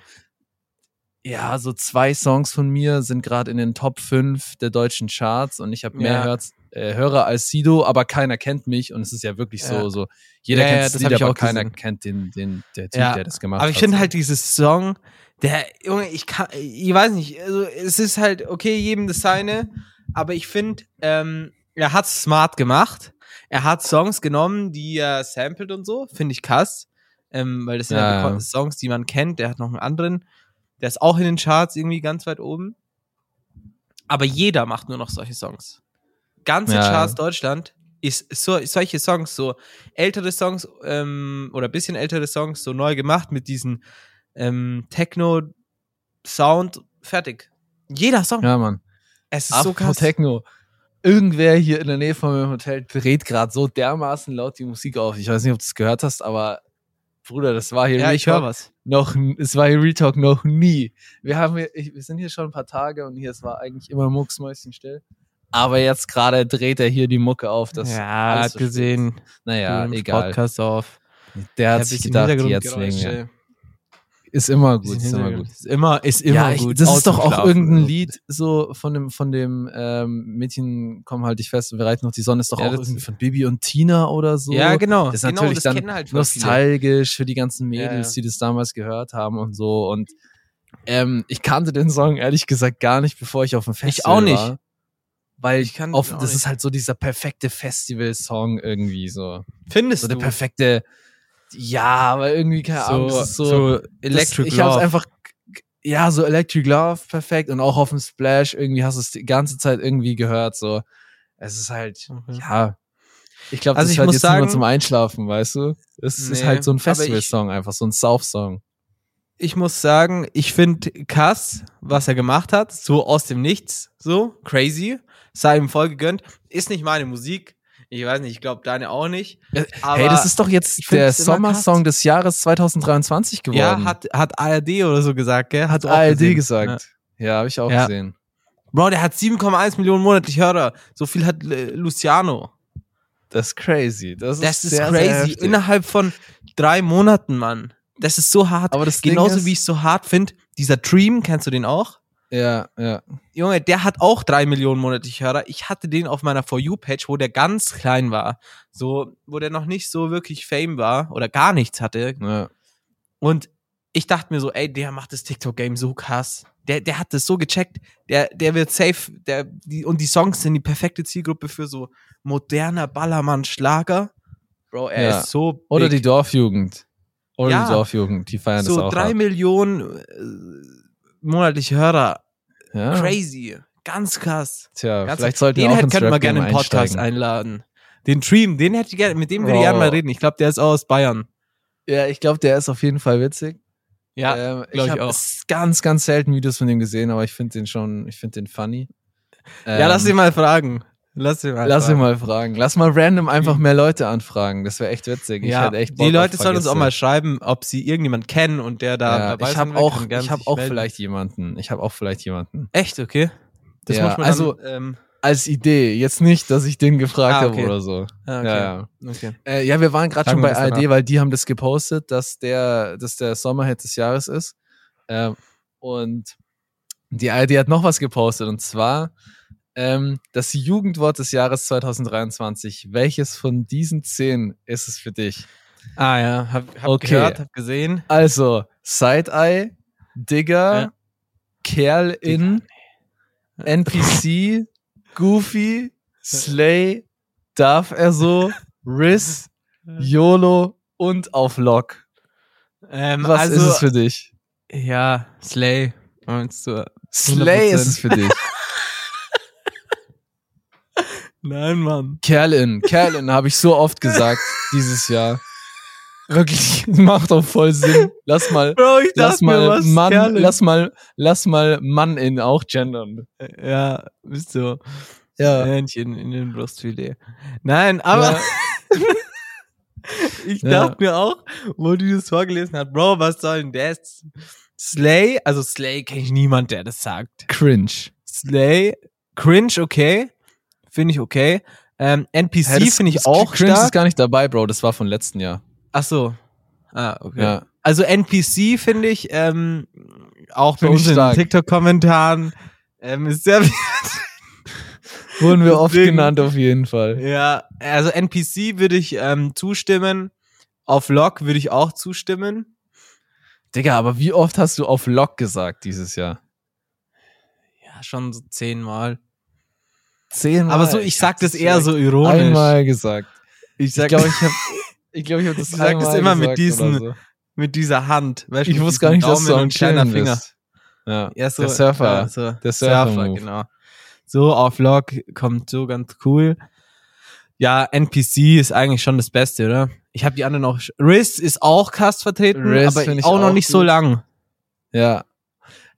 A: ja, so zwei Songs von mir sind gerade in den Top 5 der deutschen Charts und ich habe mehr
B: Ja.
A: Hörz, äh, Hörer als Sido, aber keiner kennt mich und es ist ja wirklich
B: Ja.
A: so, so jeder
B: Ja, ja,
A: kennt das
B: das
A: Lied,
B: hab ich
A: aber
B: auch
A: keiner
B: gesehen.
A: kennt den, den, der Typ,
B: Ja,
A: der das gemacht
B: Aber
A: hat.
B: ich finde
A: so.
B: halt dieses Song, der, Junge, ich kann, ich weiß nicht, also es ist halt, okay, jedem das seine, aber ich finde, ähm, er hat's smart gemacht. Er hat Songs genommen, die er sampled und so, finde ich krass. Ähm, weil das sind
A: Ja,
B: ja,
A: ja.
B: bekannte Songs, die man kennt. Der hat noch einen anderen, der ist auch in den Charts irgendwie ganz weit oben. Aber jeder macht nur noch solche Songs. Ganze
A: Ja, ja.
B: Charts Deutschland ist so, solche Songs, so ältere Songs ähm, oder bisschen ältere Songs so neu gemacht mit diesen ähm, Techno-Sound fertig. Jeder Song.
A: ja, Mann.
B: Es ist
A: Apropos
B: so krass.
A: Techno. Irgendwer hier in der Nähe von meinem Hotel dreht gerade so dermaßen laut die Musik auf. Ich weiß nicht, ob du es gehört hast, aber Bruder, das war hier
B: Ja,
A: Real
B: ich höre
A: Talk
B: was.
A: noch, n- es war hier Real Talk noch nie. Wir haben hier, ich, wir sind hier schon ein paar Tage und hier es war eigentlich immer mucksmäuschenstill. Aber jetzt gerade dreht er hier die Mucke auf. Das,
B: ja,
A: alles
B: hat
A: so
B: gesehen.
A: naja,
B: Du nimmst
A: egal.
B: Podcast auf.
A: Der
B: Ja,
A: hat sich
B: bisschen
A: gedacht, jetzt
B: Hintergrundgeräusche,
A: wegen mir. Ist immer gut,
B: bisschen
A: ist immer gut.
B: Hintergrund. Ist immer, ist immer
A: ja, ich-
B: gut.
A: Das ist doch auch
B: Ausgeschlafen.
A: irgendein Lied so von dem von dem ähm, Mädchen, komm halt dich fest, wir reiten noch die Sonne, ist doch
B: Ja,
A: auch
B: das-
A: irgendwie von Bibi und Tina oder so.
B: Ja, genau.
A: Das ist
B: genau,
A: natürlich dann
B: kennen halt voll viele.
A: nostalgisch für die ganzen
B: Ja,
A: Mädels,
B: ja.
A: die das damals gehört haben und so. Und ähm, ich kannte den Song ehrlich gesagt gar nicht, bevor ich auf dem Festival
B: auch nicht.
A: war. Weil
B: Ich kannte
A: auf,
B: den auch
A: das
B: nicht.
A: ist halt so dieser perfekte Festival-Song irgendwie so.
B: Findest
A: So der
B: du?
A: perfekte, ja, aber irgendwie keine Ahnung. das ist
B: Electric
A: das, ich hab's
B: Love.
A: einfach ja so Electric Love perfekt und auch auf dem Splash irgendwie hast du es die ganze Zeit irgendwie gehört so es ist halt
B: Mhm.
A: ja ich glaube
B: Also
A: das
B: ich
A: ist halt
B: muss
A: jetzt nur
B: sagen-
A: zum Einschlafen weißt du es ist
B: Nee,
A: halt so ein
B: aber ich-
A: Festival Song einfach so ein South Song
B: ich muss sagen, ich finde Kass, was er gemacht hat, so aus dem Nichts, so crazy, sei ihm voll gegönnt, ist nicht meine Musik. Ich weiß nicht, ich glaube deine auch nicht. Aber
A: Äh, hey das ist doch jetzt
B: ich find's
A: der
B: immer
A: Sommersong
B: krass.
A: des Jahres 2023 geworden
B: ja, hat, hat ARD oder so gesagt, gell? Hast
A: hat
B: du auch
A: ARD
B: gesehen? Ja.
A: gesagt ja, habe ich auch
B: Ja.
A: gesehen
B: Bro, der hat 7,1 Millionen monatlich Hörer. So viel hat äh, Luciano.
A: das ist crazy das ist,
B: Das ist
A: sehr, sehr
B: crazy.
A: heftig.
B: Innerhalb von drei Monaten, Mann. das ist so hart.
A: Aber das Ding
B: Genauso
A: ist-
B: wie ich es so hart finde, dieser Dream, kennst du den auch?
A: Ja, ja.
B: Junge, der hat auch drei Millionen monatliche Hörer. Ich hatte den auf meiner For You-Page, wo der ganz klein war. So, wo der noch nicht so wirklich Fame war oder gar nichts hatte.
A: ja.
B: Und ich dachte mir so, ey, der macht das TikTok-Game so krass. Der, der hat das so gecheckt. Der, der wird safe. Der, die, und die Songs sind die perfekte Zielgruppe für so moderner Ballermann-Schlager. Bro, er
A: Ja.
B: ist so.
A: Oder
B: big.
A: die Dorfjugend. Oder
B: Ja.
A: die Dorfjugend, die feiern
B: so
A: das auch.
B: drei
A: ab.
B: Millionen äh, monatliche Hörer.
A: ja.
B: Crazy. Ganz krass.
A: Tja,
B: Ganz
A: vielleicht sollten
B: den
A: wir auch
B: hätte
A: ins
B: könnten wir gerne in
A: Rap-Game
B: den Podcast
A: einsteigen. Oh.
B: einladen. Den Dream, den hätte ich gerne, mit dem würde ich
A: Wow.
B: gerne mal reden. Ich glaube, der ist auch aus Bayern.
A: Ja, ich glaube, der ist auf jeden Fall witzig.
B: Ja.
A: ähm,
B: glaub ich
A: hab
B: auch.
A: ganz, ganz selten Videos von ihm gesehen, aber ich finde den schon, ich finde den funny.
B: ja, lass ihn
A: mal.
B: mal fragen. Lass ihn mal.
A: Lass ihn
B: fragen.
A: mal fragen. Lass mal random einfach mehr Leute anfragen. Das wäre echt witzig. Ich
B: Ja,
A: hätte echt Bock
B: die
A: auf
B: Leute sollen uns auch
A: Vergesse.
B: mal schreiben, ob sie irgendjemand kennen und der da
A: Ja,
B: dabei
A: ich
B: sein
A: habe
B: will,
A: auch,
B: kann gerne
A: ich habe
B: sich
A: auch
B: melden.
A: vielleicht jemanden. Ich habe auch vielleicht jemanden.
B: Echt, okay. Das
A: Ja,
B: muss man
A: also-
B: dann, ähm,
A: Als Idee. Jetzt nicht, dass ich den gefragt
B: Ah,
A: hab
B: okay.
A: habe oder so.
B: ah, okay.
A: Ja, ja.
B: okay.
A: Äh, ja, wir waren gerade
B: Sagen
A: schon
B: wir
A: bei
B: das danach.
A: ARD, weil die haben das gepostet, dass der, dass der Sommerhit des Jahres ist. Ähm, und die ARD hat noch was gepostet und zwar ähm, das Jugendwort des Jahres 2023. Welches von diesen zehn ist es für dich?
B: Ah ja, hab, hab
A: Okay.
B: gehört, hab gesehen.
A: Also Side-Eye, Digger,
B: Ja.
A: Kerl in, NPC, Goofy, Slay, darf er so, Riz, YOLO und auf Lock.
B: Ähm,
A: Was
B: also,
A: ist es für dich?
B: ja, Slay. Meinst du?
A: Slay ist es für dich.
B: Nein, Mann.
A: Kerlin. Kerlin habe ich so oft gesagt dieses Jahr. Wirklich, macht doch voll Sinn. Lass mal,
B: Bro, ich
A: lass
B: dachte mir,
A: mal
B: was
A: Mann,
B: Kerle.
A: lass mal, lass mal Mann in auch gendern.
B: Ja, bist du.
A: Ja.
B: Hähnchen in den Brustfilet. Nein, aber
A: Ja.
B: ich
A: Ja.
B: dachte mir auch, wo du das vorgelesen hast, Bro, was soll denn das? Slay, also Slay kenne ich niemand, der das sagt.
A: Cringe.
B: Slay, cringe, okay. Finde ich okay. Ähm, NPC
A: Hä, das-
B: finde ich
A: das
B: auch
A: Cringe ist
B: stark.
A: gar nicht dabei, Bro. Das war von letzten Jahr.
B: Ach so. Ah, okay.
A: Ja.
B: Also NPC finde ich ähm, auch bei
A: Find ich
B: uns in den
A: stark.
B: TikTok-Kommentaren ähm, ist sehr
A: Wurden wir oft
B: Deswegen-
A: genannt auf jeden Fall.
B: Ja, also NPC würde ich ähm, zustimmen. Auf Log würde ich auch zustimmen.
A: Digga, aber wie oft hast du auf Lock gesagt dieses Jahr?
B: Ja, schon so zehnmal.
A: Zehnmal.
B: Aber so, ich sag das eher so ironisch.
A: Einmal gesagt.
B: Ich
A: Ich
B: sag
A: glaube, ich habe ich glaub, ich hab das
B: Ich sag das
A: einmal
B: immer mit
A: gesagt
B: diesen-
A: oder so.
B: mit dieser Hand. Weißt,
A: Ich
B: mit
A: wusste gar
B: diesem
A: nicht, dass du
B: Daumen
A: am
B: und kleiner
A: Chillen
B: Finger.
A: bist. Ja.
B: Ja, so,
A: Der Surfer.
B: Ja, so, der Surfer,
A: Surfer-Move.
B: genau. So auf Log kommt so ganz cool. Ja, NPC ist eigentlich schon das Beste, oder? Ich habe die anderen auch. Riz ist auch krass vertreten,
A: Riz
B: aber
A: find ich
B: auch noch
A: auch
B: nicht so
A: gut.
B: lang.
A: ja.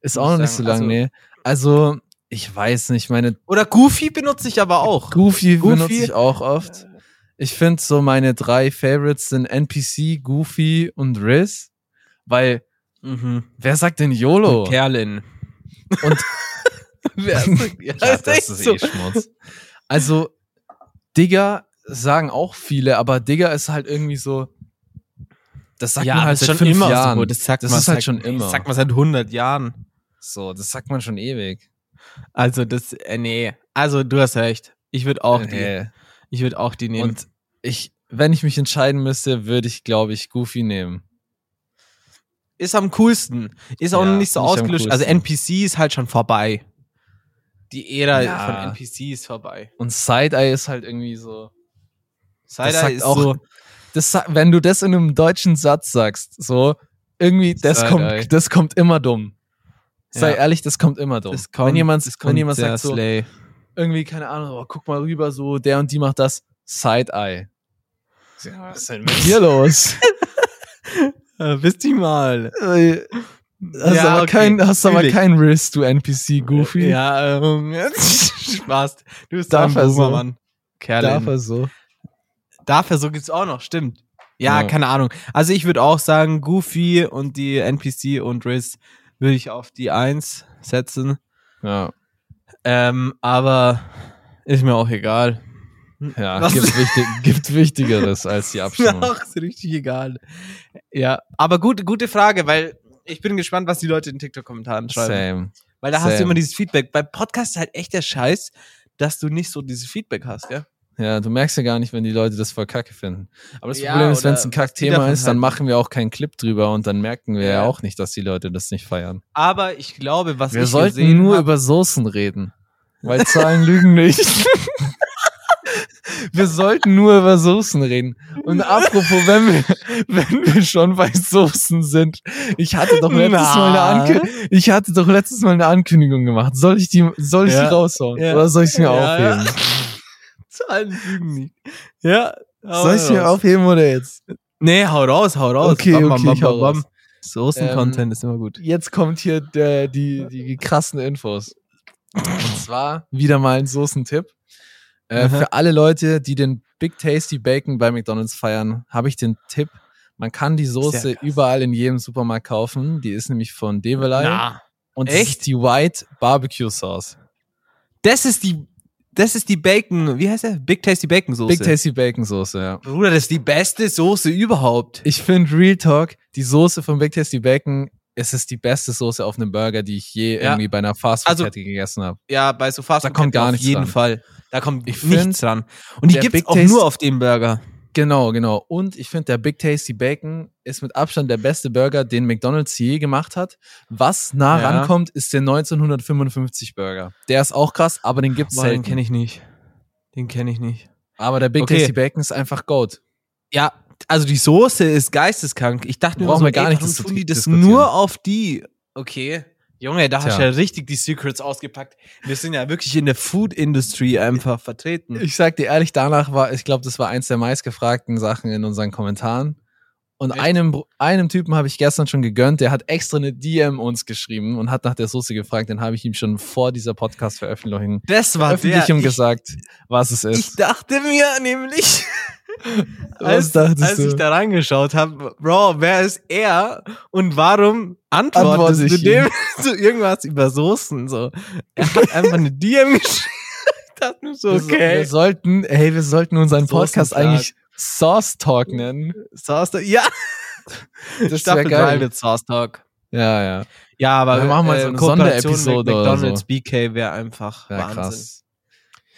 A: Ist
B: Muss
A: auch noch
B: ich
A: nicht so
B: sagen,
A: lang,
B: also-
A: nee. Also, ich weiß nicht, meine
B: Oder Goofy benutze ich aber auch.
A: Goofy,
B: Goofy-
A: benutze ich auch oft. Ich finde so meine drei Favorites sind NPC, Goofy und Riz. Weil,
B: Mhm.
A: wer sagt denn YOLO?
B: Und Kerlin.
A: Und-
B: wer ist ja,
A: Ja, eh
B: ist echt so.
A: Schmutz. Also, Digger sagen auch viele, aber Digger ist halt irgendwie so. Das sagt
B: ja,
A: man
B: aber
A: halt
B: das ist
A: seit
B: schon
A: fünf
B: immer
A: Jahren.
B: so. Das, sagt
A: Das
B: man
A: ist halt
B: seit-
A: schon immer.
B: Das sagt man seit 100 Jahren.
A: so, das sagt man schon ewig.
B: Also das, äh, nee. Also du hast recht. Ich würde auch die,
A: Nee.
B: ich würde auch die nehmen.
A: Und ich, wenn ich mich entscheiden müsste, würde ich, glaube ich, Goofy nehmen.
B: ist am coolsten. Ist auch
A: Ja,
B: noch nicht so
A: find ich am
B: ausgelöscht. Also
A: coolsten.
B: NPC ist halt schon vorbei. Die Ära
A: Ja.
B: von NPC ist vorbei.
A: Und Side-Eye ist halt irgendwie so.
B: Cider
A: sagt
B: ist
A: auch-
B: so.
A: Das, sa- wenn du das in einem deutschen Satz sagst, so, irgendwie, das,
B: Side-Eye.
A: kommt, das kommt immer dumm. Sei
B: Ja.
A: ehrlich, das kommt immer dumm.
B: Das kommt-
A: wenn jemand,
B: das
A: wenn
B: kommt
A: jemand
B: sehr
A: sagt so,
B: slay.
A: irgendwie, keine Ahnung, oh, guck mal rüber, so, der und die macht das, Side-Eye. Ja, was ist denn mit dir los?
B: Äh, wisst ihr mal.
A: Äh, hast
B: Ja,
A: aber,
B: okay,
A: kein, hast aber
B: fühl ich.
A: kein Riss, du NPC-Goofy.
B: Ja, ähm, Spaß. Du bist
A: Darf
B: doch ein
A: er so?
B: Boomer, Mann. Kerlin.
A: darf er so.
B: Darf er, so gibt's auch noch, stimmt. Ja,
A: Ja.
B: keine Ahnung. Also ich würde auch sagen, Goofy und die NPC und Riz würde ich auf die 1 setzen.
A: Ja.
B: Ähm, aber ist mir auch egal.
A: Ja,
B: Was?
A: gibt, wichtig, gibt Wichtigeres als die Abstimmung.
B: Ach, ist richtig egal. Ja, aber gut, gute Frage, weil ich bin gespannt, was die Leute in TikTok-Kommentaren schreiben.
A: Same.
B: Weil da hast du
A: same.
B: immer dieses Feedback. Bei Podcasts ist halt echt der Scheiß, dass du nicht so dieses Feedback hast, gell?
A: Ja, du merkst ja gar nicht, wenn die Leute das voll kacke finden. Aber das
B: Ja,
A: Problem ist, wenn es
B: oder
A: ein
B: was die
A: Kackthema
B: davon
A: ist, dann
B: halten.
A: machen wir auch keinen Clip drüber und dann merken wir ja,
B: Ja.
A: auch nicht, dass die Leute das nicht feiern.
B: Aber ich glaube, was
A: wir
B: ich
A: sollten
B: gesehen
A: nur
B: hab-
A: über Soßen reden. Weil Zahlen lügen nicht. wir sollten nur über Soßen reden. Und apropos, wenn wir, wenn wir schon bei Soßen sind, ich hatte doch letztes Mal eine
B: Na?
A: Anke ich hatte doch letztes Mal eine Ankündigung gemacht. Soll ich die, soll ich
B: Ja.
A: die raushauen?
B: Ja.
A: Oder soll ich sie mir
B: Ja, ja.
A: aufheben?
B: Zahlen lügen nicht. Ja. hau
A: Soll ich sie mir
B: raus.
A: aufheben oder jetzt?
B: Nee, hau raus, hau raus.
A: Okay,
B: Bam, bam,
A: okay,
B: bam,
A: ich hau
B: bam,
A: raus.
B: bam. Soßen-Content
A: Ähm,
B: ist immer gut.
A: Jetzt kommt hier der, die, die krassen Infos. Und zwar wieder mal ein Soßentipp. Äh,
B: Aha.
A: für alle Leute, die den Big Tasty Bacon bei McDonalds feiern, habe ich den Tipp. Man kann die Soße
B: krass.
A: überall in jedem Supermarkt kaufen. Die ist nämlich von Develay. und das
B: echt?
A: ist die White Barbecue Sauce.
B: Das ist die, das ist die Bacon, wie heißt der? Big Tasty Bacon Soße.
A: Big Tasty Bacon Soße, ja.
B: Bruder, das ist die beste Soße überhaupt.
A: Ich finde Real Talk, die Soße von Big Tasty Bacon, es ist die beste Soße auf einem Burger, die ich je
B: Ja.
A: irgendwie bei einer Fastfood-Kette
B: Also-
A: gegessen habe.
B: Ja, bei so fast
A: Da kommt gar
B: auf
A: nichts
B: jeden
A: dran.
B: Fall. Da kommt
A: Ich
B: nichts
A: find,
B: dran. Und die
A: der
B: gibt's
A: Big
B: auch
A: Taste-
B: nur auf dem Burger.
A: Genau, genau. Und ich finde, der Big Tasty Bacon ist mit Abstand der beste Burger, den McDonald's je gemacht hat. Was nah
B: Ja.
A: rankommt, ist der 1955 Burger. Der ist auch krass, aber den gibt's
B: Boah, den
A: selten.
B: kenne ich nicht. Den kenne ich nicht.
A: Aber der Big
B: Okay.
A: Tasty Bacon ist einfach Gold.
B: Ja, also die Soße ist geisteskrank. Ich dachte mir,
A: Brauchen
B: immer so,
A: wir gar
B: ey,
A: nicht
B: warum
A: diskuti-
B: tun die das
A: diskutieren.
B: nur auf die? Okay. Junge, da hast du
A: Tja.
B: ja richtig die Secrets ausgepackt. Wir sind ja wirklich in der Food Industry einfach vertreten.
A: Ich sag dir ehrlich, danach war, ich glaube, das war eins der meistgefragten Sachen in unseren Kommentaren. Und
B: Echt?
A: einem, Br- einem Typen habe ich gestern schon gegönnt, der hat extra eine DM uns geschrieben und hat nach der Soße gefragt. Den habe ich ihm schon vor dieser Podcast-Veröffentlichung
B: Das war der.
A: Veröffentlichung
B: Ich,
A: gesagt, was es ist.
B: ich dachte mir nämlich,
A: Was
B: als,
A: dachtest
B: als
A: du?
B: ich da reingeschaut habe, Bro, wer ist er und warum antwortest
A: Antworte ich
B: du dem so irgendwas über Soßen? So. Er hat einfach eine DM geschrieben. Ich dachte mir so,
A: Wir so- Wir
B: okay.
A: sollten, hey, wir sollten unseren
B: Soßen
A: Podcast
B: Talk.
A: eigentlich Sauce Talk nennen.
B: Sauce- Ja,
A: Das wäre
B: Staffel 3
A: geil.
B: mit Sauce Talk.
A: Ja, ja.
B: Ja, aber
A: Wir machen mal so eine Sonderepisode
B: Ne, äh, mit
A: oder
B: McDonald's
A: so.
B: BK wäre einfach
A: ja
B: Wahnsinn.
A: krass.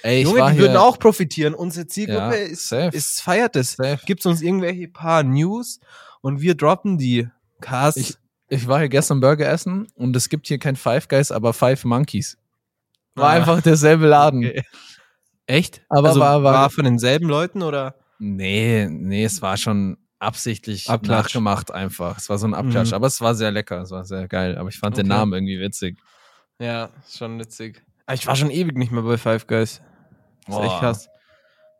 A: Ey, ich war
B: Junge, die
A: hier,
B: würden auch profitieren. Unsere Zielgruppe
A: Ja,
B: ist,
A: safe.
B: ist feiert es.
A: Safe.
B: Gibt uns irgendwelche paar News und wir droppen die. Krass.
A: Ich war hier gestern Burger essen und es gibt hier kein Five Guys, aber Five Monkeys. War
B: Ah.
A: einfach derselbe Laden.
B: Okay. Echt?
A: Aber
B: also,
A: war-
B: war,
A: war-
B: von denselben Leuten oder?
A: Nee, nee, es war schon absichtlich
B: Abklatsch.
A: nachgemacht einfach. Es war so ein Abklatsch,
B: Mhm.
A: aber es war sehr lecker, es war sehr geil. Aber ich fand den
B: Okay.
A: Namen irgendwie witzig.
B: Ja, schon witzig. Aber Ah, ich war schon ewig nicht mehr bei Five Guys. Das ist echt
A: Boah.
B: krass.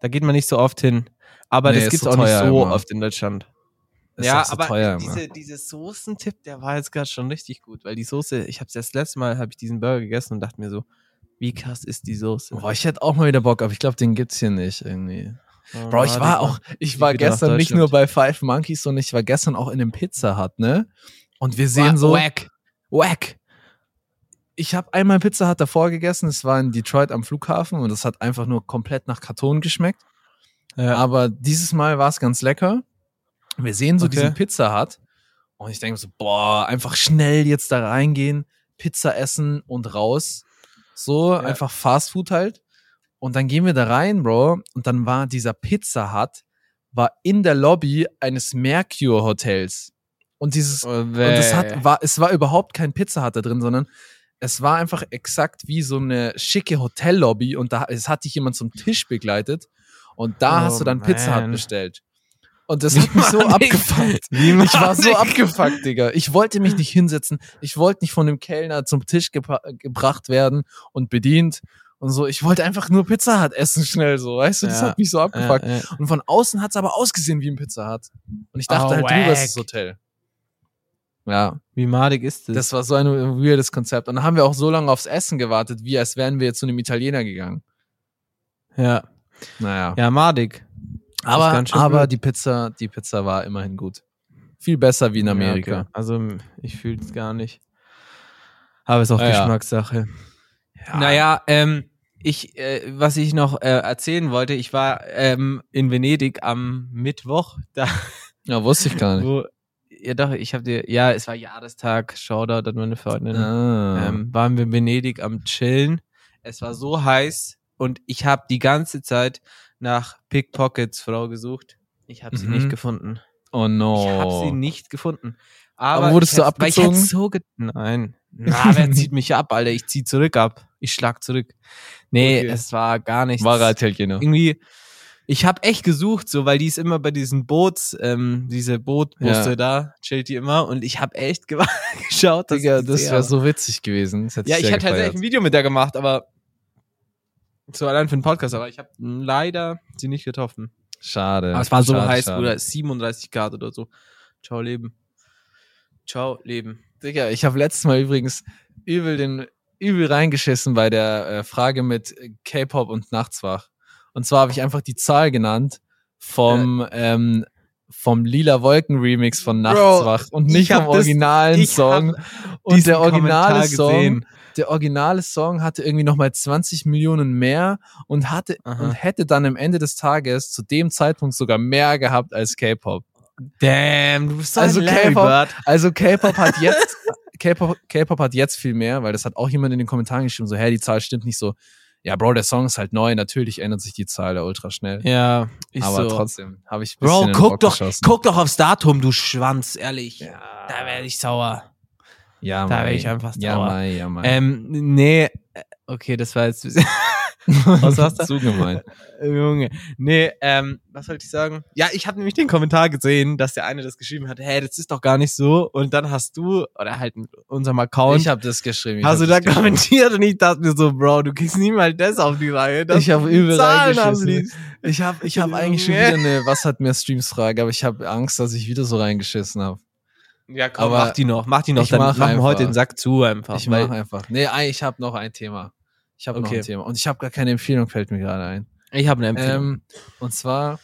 B: Da geht man nicht so oft hin. Aber
A: Nee,
B: das
A: ist
B: gibt's
A: so
B: auch nicht
A: teuer
B: so
A: immer.
B: oft in Deutschland.
A: Ist
B: ja,
A: auch so
B: aber
A: teuer, immer.
B: diese, diese Soßentipp, der war jetzt gerade schon richtig gut, weil die Soße, ich habe das letzte Mal habe ich diesen Burger gegessen und dachte mir so, wie krass ist die Soße?
A: Boah, ich hätte auch mal wieder Bock, aber ich glaube, den gibt's hier nicht irgendwie.
B: Oh,
A: Bro, ich
B: warte
A: war
B: mal.
A: auch, ich war
B: Liebe nach
A: gestern nicht
B: Deutschland.
A: nur bei Five Monkeys, sondern ich war gestern auch in dem Pizza Hut, ne? Und wir sehen
B: Wa-
A: so,
B: Wack.
A: wack. Ich habe einmal Pizza Hut davor gegessen, es war in Detroit am Flughafen und es hat einfach nur komplett nach Karton geschmeckt.
B: Ja.
A: Aber dieses Mal war es ganz lecker. Wir sehen so
B: Okay.
A: diesen Pizza Hut und ich denke so, boah, einfach schnell jetzt da reingehen, Pizza essen und raus. So,
B: Ja.
A: einfach Fast Food halt. Und dann gehen wir da rein, Bro. Und dann war dieser Pizza Hut, war in der Lobby eines Mercure Hotels. Und dieses,
B: Und
A: und es, hat, war, es war überhaupt kein Pizza Hut da drin, sondern es war einfach exakt wie so eine schicke Hotellobby und da, es hat dich jemand zum Tisch begleitet und da
B: Oh,
A: hast du dann Pizza Hut
B: man.
A: bestellt. Und das hat mich so
B: Mann, Digga.
A: abgefuckt.
B: wie
A: Ich war so abgefuckt, Digga. Ich wollte mich nicht hinsetzen. Ich wollte nicht von dem Kellner zum Tisch gebra gebracht werden und bedient und so. Ich wollte einfach nur Pizza Hut essen schnell so, weißt du? Das
B: Ja.
A: hat mich so abgefuckt.
B: Ja, ja.
A: Und von außen hat's aber ausgesehen wie ein Pizza Hut. Und ich dachte
B: Oh,
A: halt, drüber ist das
B: wack.
A: Hotel. Ja,
B: Wie madig ist das?
A: das war so ein weirdes Konzept. Und dann haben wir auch so lange aufs Essen gewartet, wie als wären wir zu einem Italiener gegangen.
B: Ja,
A: Naja.
B: ja madig. ist
A: aber
B: ganz schön
A: aber
B: blöd.
A: die Pizza, die Pizza war immerhin gut. Viel besser wie in Amerika.
B: Ja, okay. Also ich fühle es gar nicht. Aber ist auch
A: Ja, ja.
B: Geschmackssache.
A: Ja.
B: Naja, ähm, ich, äh, was ich noch äh, erzählen wollte, ich war ähm, in Venedig am Mittwoch, da
A: Ja, wusste ich gar nicht.
B: wo, ja doch, ich habe dir, ja, es war Jahrestag, Shoutout an meine Freundin,
A: Ah.
B: ähm, waren wir in Venedig am Chillen. Es war so heiß und ich habe die ganze Zeit nach Pickpockets Frau gesucht. Ich habe sie
A: Mhm.
B: nicht gefunden.
A: oh no.
B: Ich habe sie nicht gefunden. Aber,
A: wurdest
B: ich
A: du
B: hätt's- weil ich hätt's
A: abgezogen?
B: so ge Nein. Na, wer zieht mich ab, Alter? Ich zieh zurück ab. Ich schlag zurück. Nee,
A: Okay.
B: es war gar nichts.
A: Wahrer Italiener.
B: Irgendwie, ich habe echt gesucht, so, weil die ist immer bei diesen Boots, ähm, diese Bootbusse
A: Ja.
B: da, chillt die immer. Und ich habe echt gewa- geschaut. dass
A: Digga,
B: ich
A: das
B: sehe,
A: wäre
B: aber-
A: so witzig gewesen. Das hätte
B: Ja, ich
A: sehr
B: hätte halt
A: gefeiert.
B: tatsächlich ein Video mit der gemacht, aber so allein für den Podcast. Aber ich habe leider sie nicht getroffen.
A: Schade.
B: Aber es war so
A: schade,
B: heiß,
A: schade.
B: Bruder. 37 Grad oder so. Ciao, Leben. Ciao, Leben.
A: Digga, ich habe letztes Mal übrigens übel den übel reingeschissen bei der äh, Frage mit äh, K-Pop und Nachtswach. Und zwar habe ich einfach die Zahl genannt vom ähm, vom lila Wolken Remix von Nachtswach und
B: ich
A: nicht
B: hab
A: vom
B: das-
A: originalen Song. Und
B: diesen
A: der originale
B: Kommentar
A: Song,
B: gesehen.
A: der originale Song hatte irgendwie noch mal 20 Millionen mehr und hatte
B: Aha.
A: und hätte dann am Ende des Tages zu dem Zeitpunkt sogar mehr gehabt als K-Pop.
B: Damn, du bist so
A: Also
B: ein Larry
A: K-Pop-
B: Bird.
A: Also K-Pop hat jetzt K-Pop K-Pop hat jetzt viel mehr, weil das hat auch jemand in den Kommentaren geschrieben, so, hä, die Zahl stimmt nicht so. Ja, Bro, der Song ist halt neu, natürlich ändert sich die Zahl da ultra schnell.
B: Ja, ich
A: Aber
B: so.
A: trotzdem habe ich ein bisschen
B: Bro,
A: in den
B: guck
A: Rock
B: doch,
A: geschossen.
B: guck doch aufs Datum, du Schwanz, ehrlich.
A: Ja,
B: Da werde ich sauer.
A: ja,
B: da
A: mei.
B: wär ich einfach
A: Ja,
B: sauer.
A: mei, ja, mei.
B: Ähm, nee, äh, okay, das war jetzt. was hast du?
A: Zu gemein.
B: Junge. Nee, ähm, was wollte ich sagen? Ja, ich habe nämlich den Kommentar gesehen, dass der eine das geschrieben hat, hey, das ist doch gar nicht so. Und dann hast du, oder halt mit unserem Account,
A: Ich habe das geschrieben. ich
B: hast du
A: hab
B: da
A: das geschrieben.
B: kommentiert und ich dachte mir so, Bro, du kriegst niemals das auf die Reihe. dass
A: Ich hab
B: du
A: übel
B: Zahlen
A: reingeschissen.
B: abliest.
A: Ich habe ich hab eigentlich schon
B: Junge.
A: wieder eine Was hat mehr Streams Frage, aber ich habe Angst, dass ich wieder so reingeschissen habe.
B: Ja, komm,
A: Aber
B: mach die noch, mach die noch,
A: ich
B: dann
A: mach
B: machen wir heute
A: einfach.
B: den Sack zu einfach.
A: Ich
B: weil
A: mache einfach. Nee, ei, ich habe noch ein Thema. Ich habe noch
B: Okay.
A: ein Thema. Und ich habe gar keine Empfehlung, fällt mir gerade ein.
B: ich habe eine Empfehlung.
A: Ähm, und zwar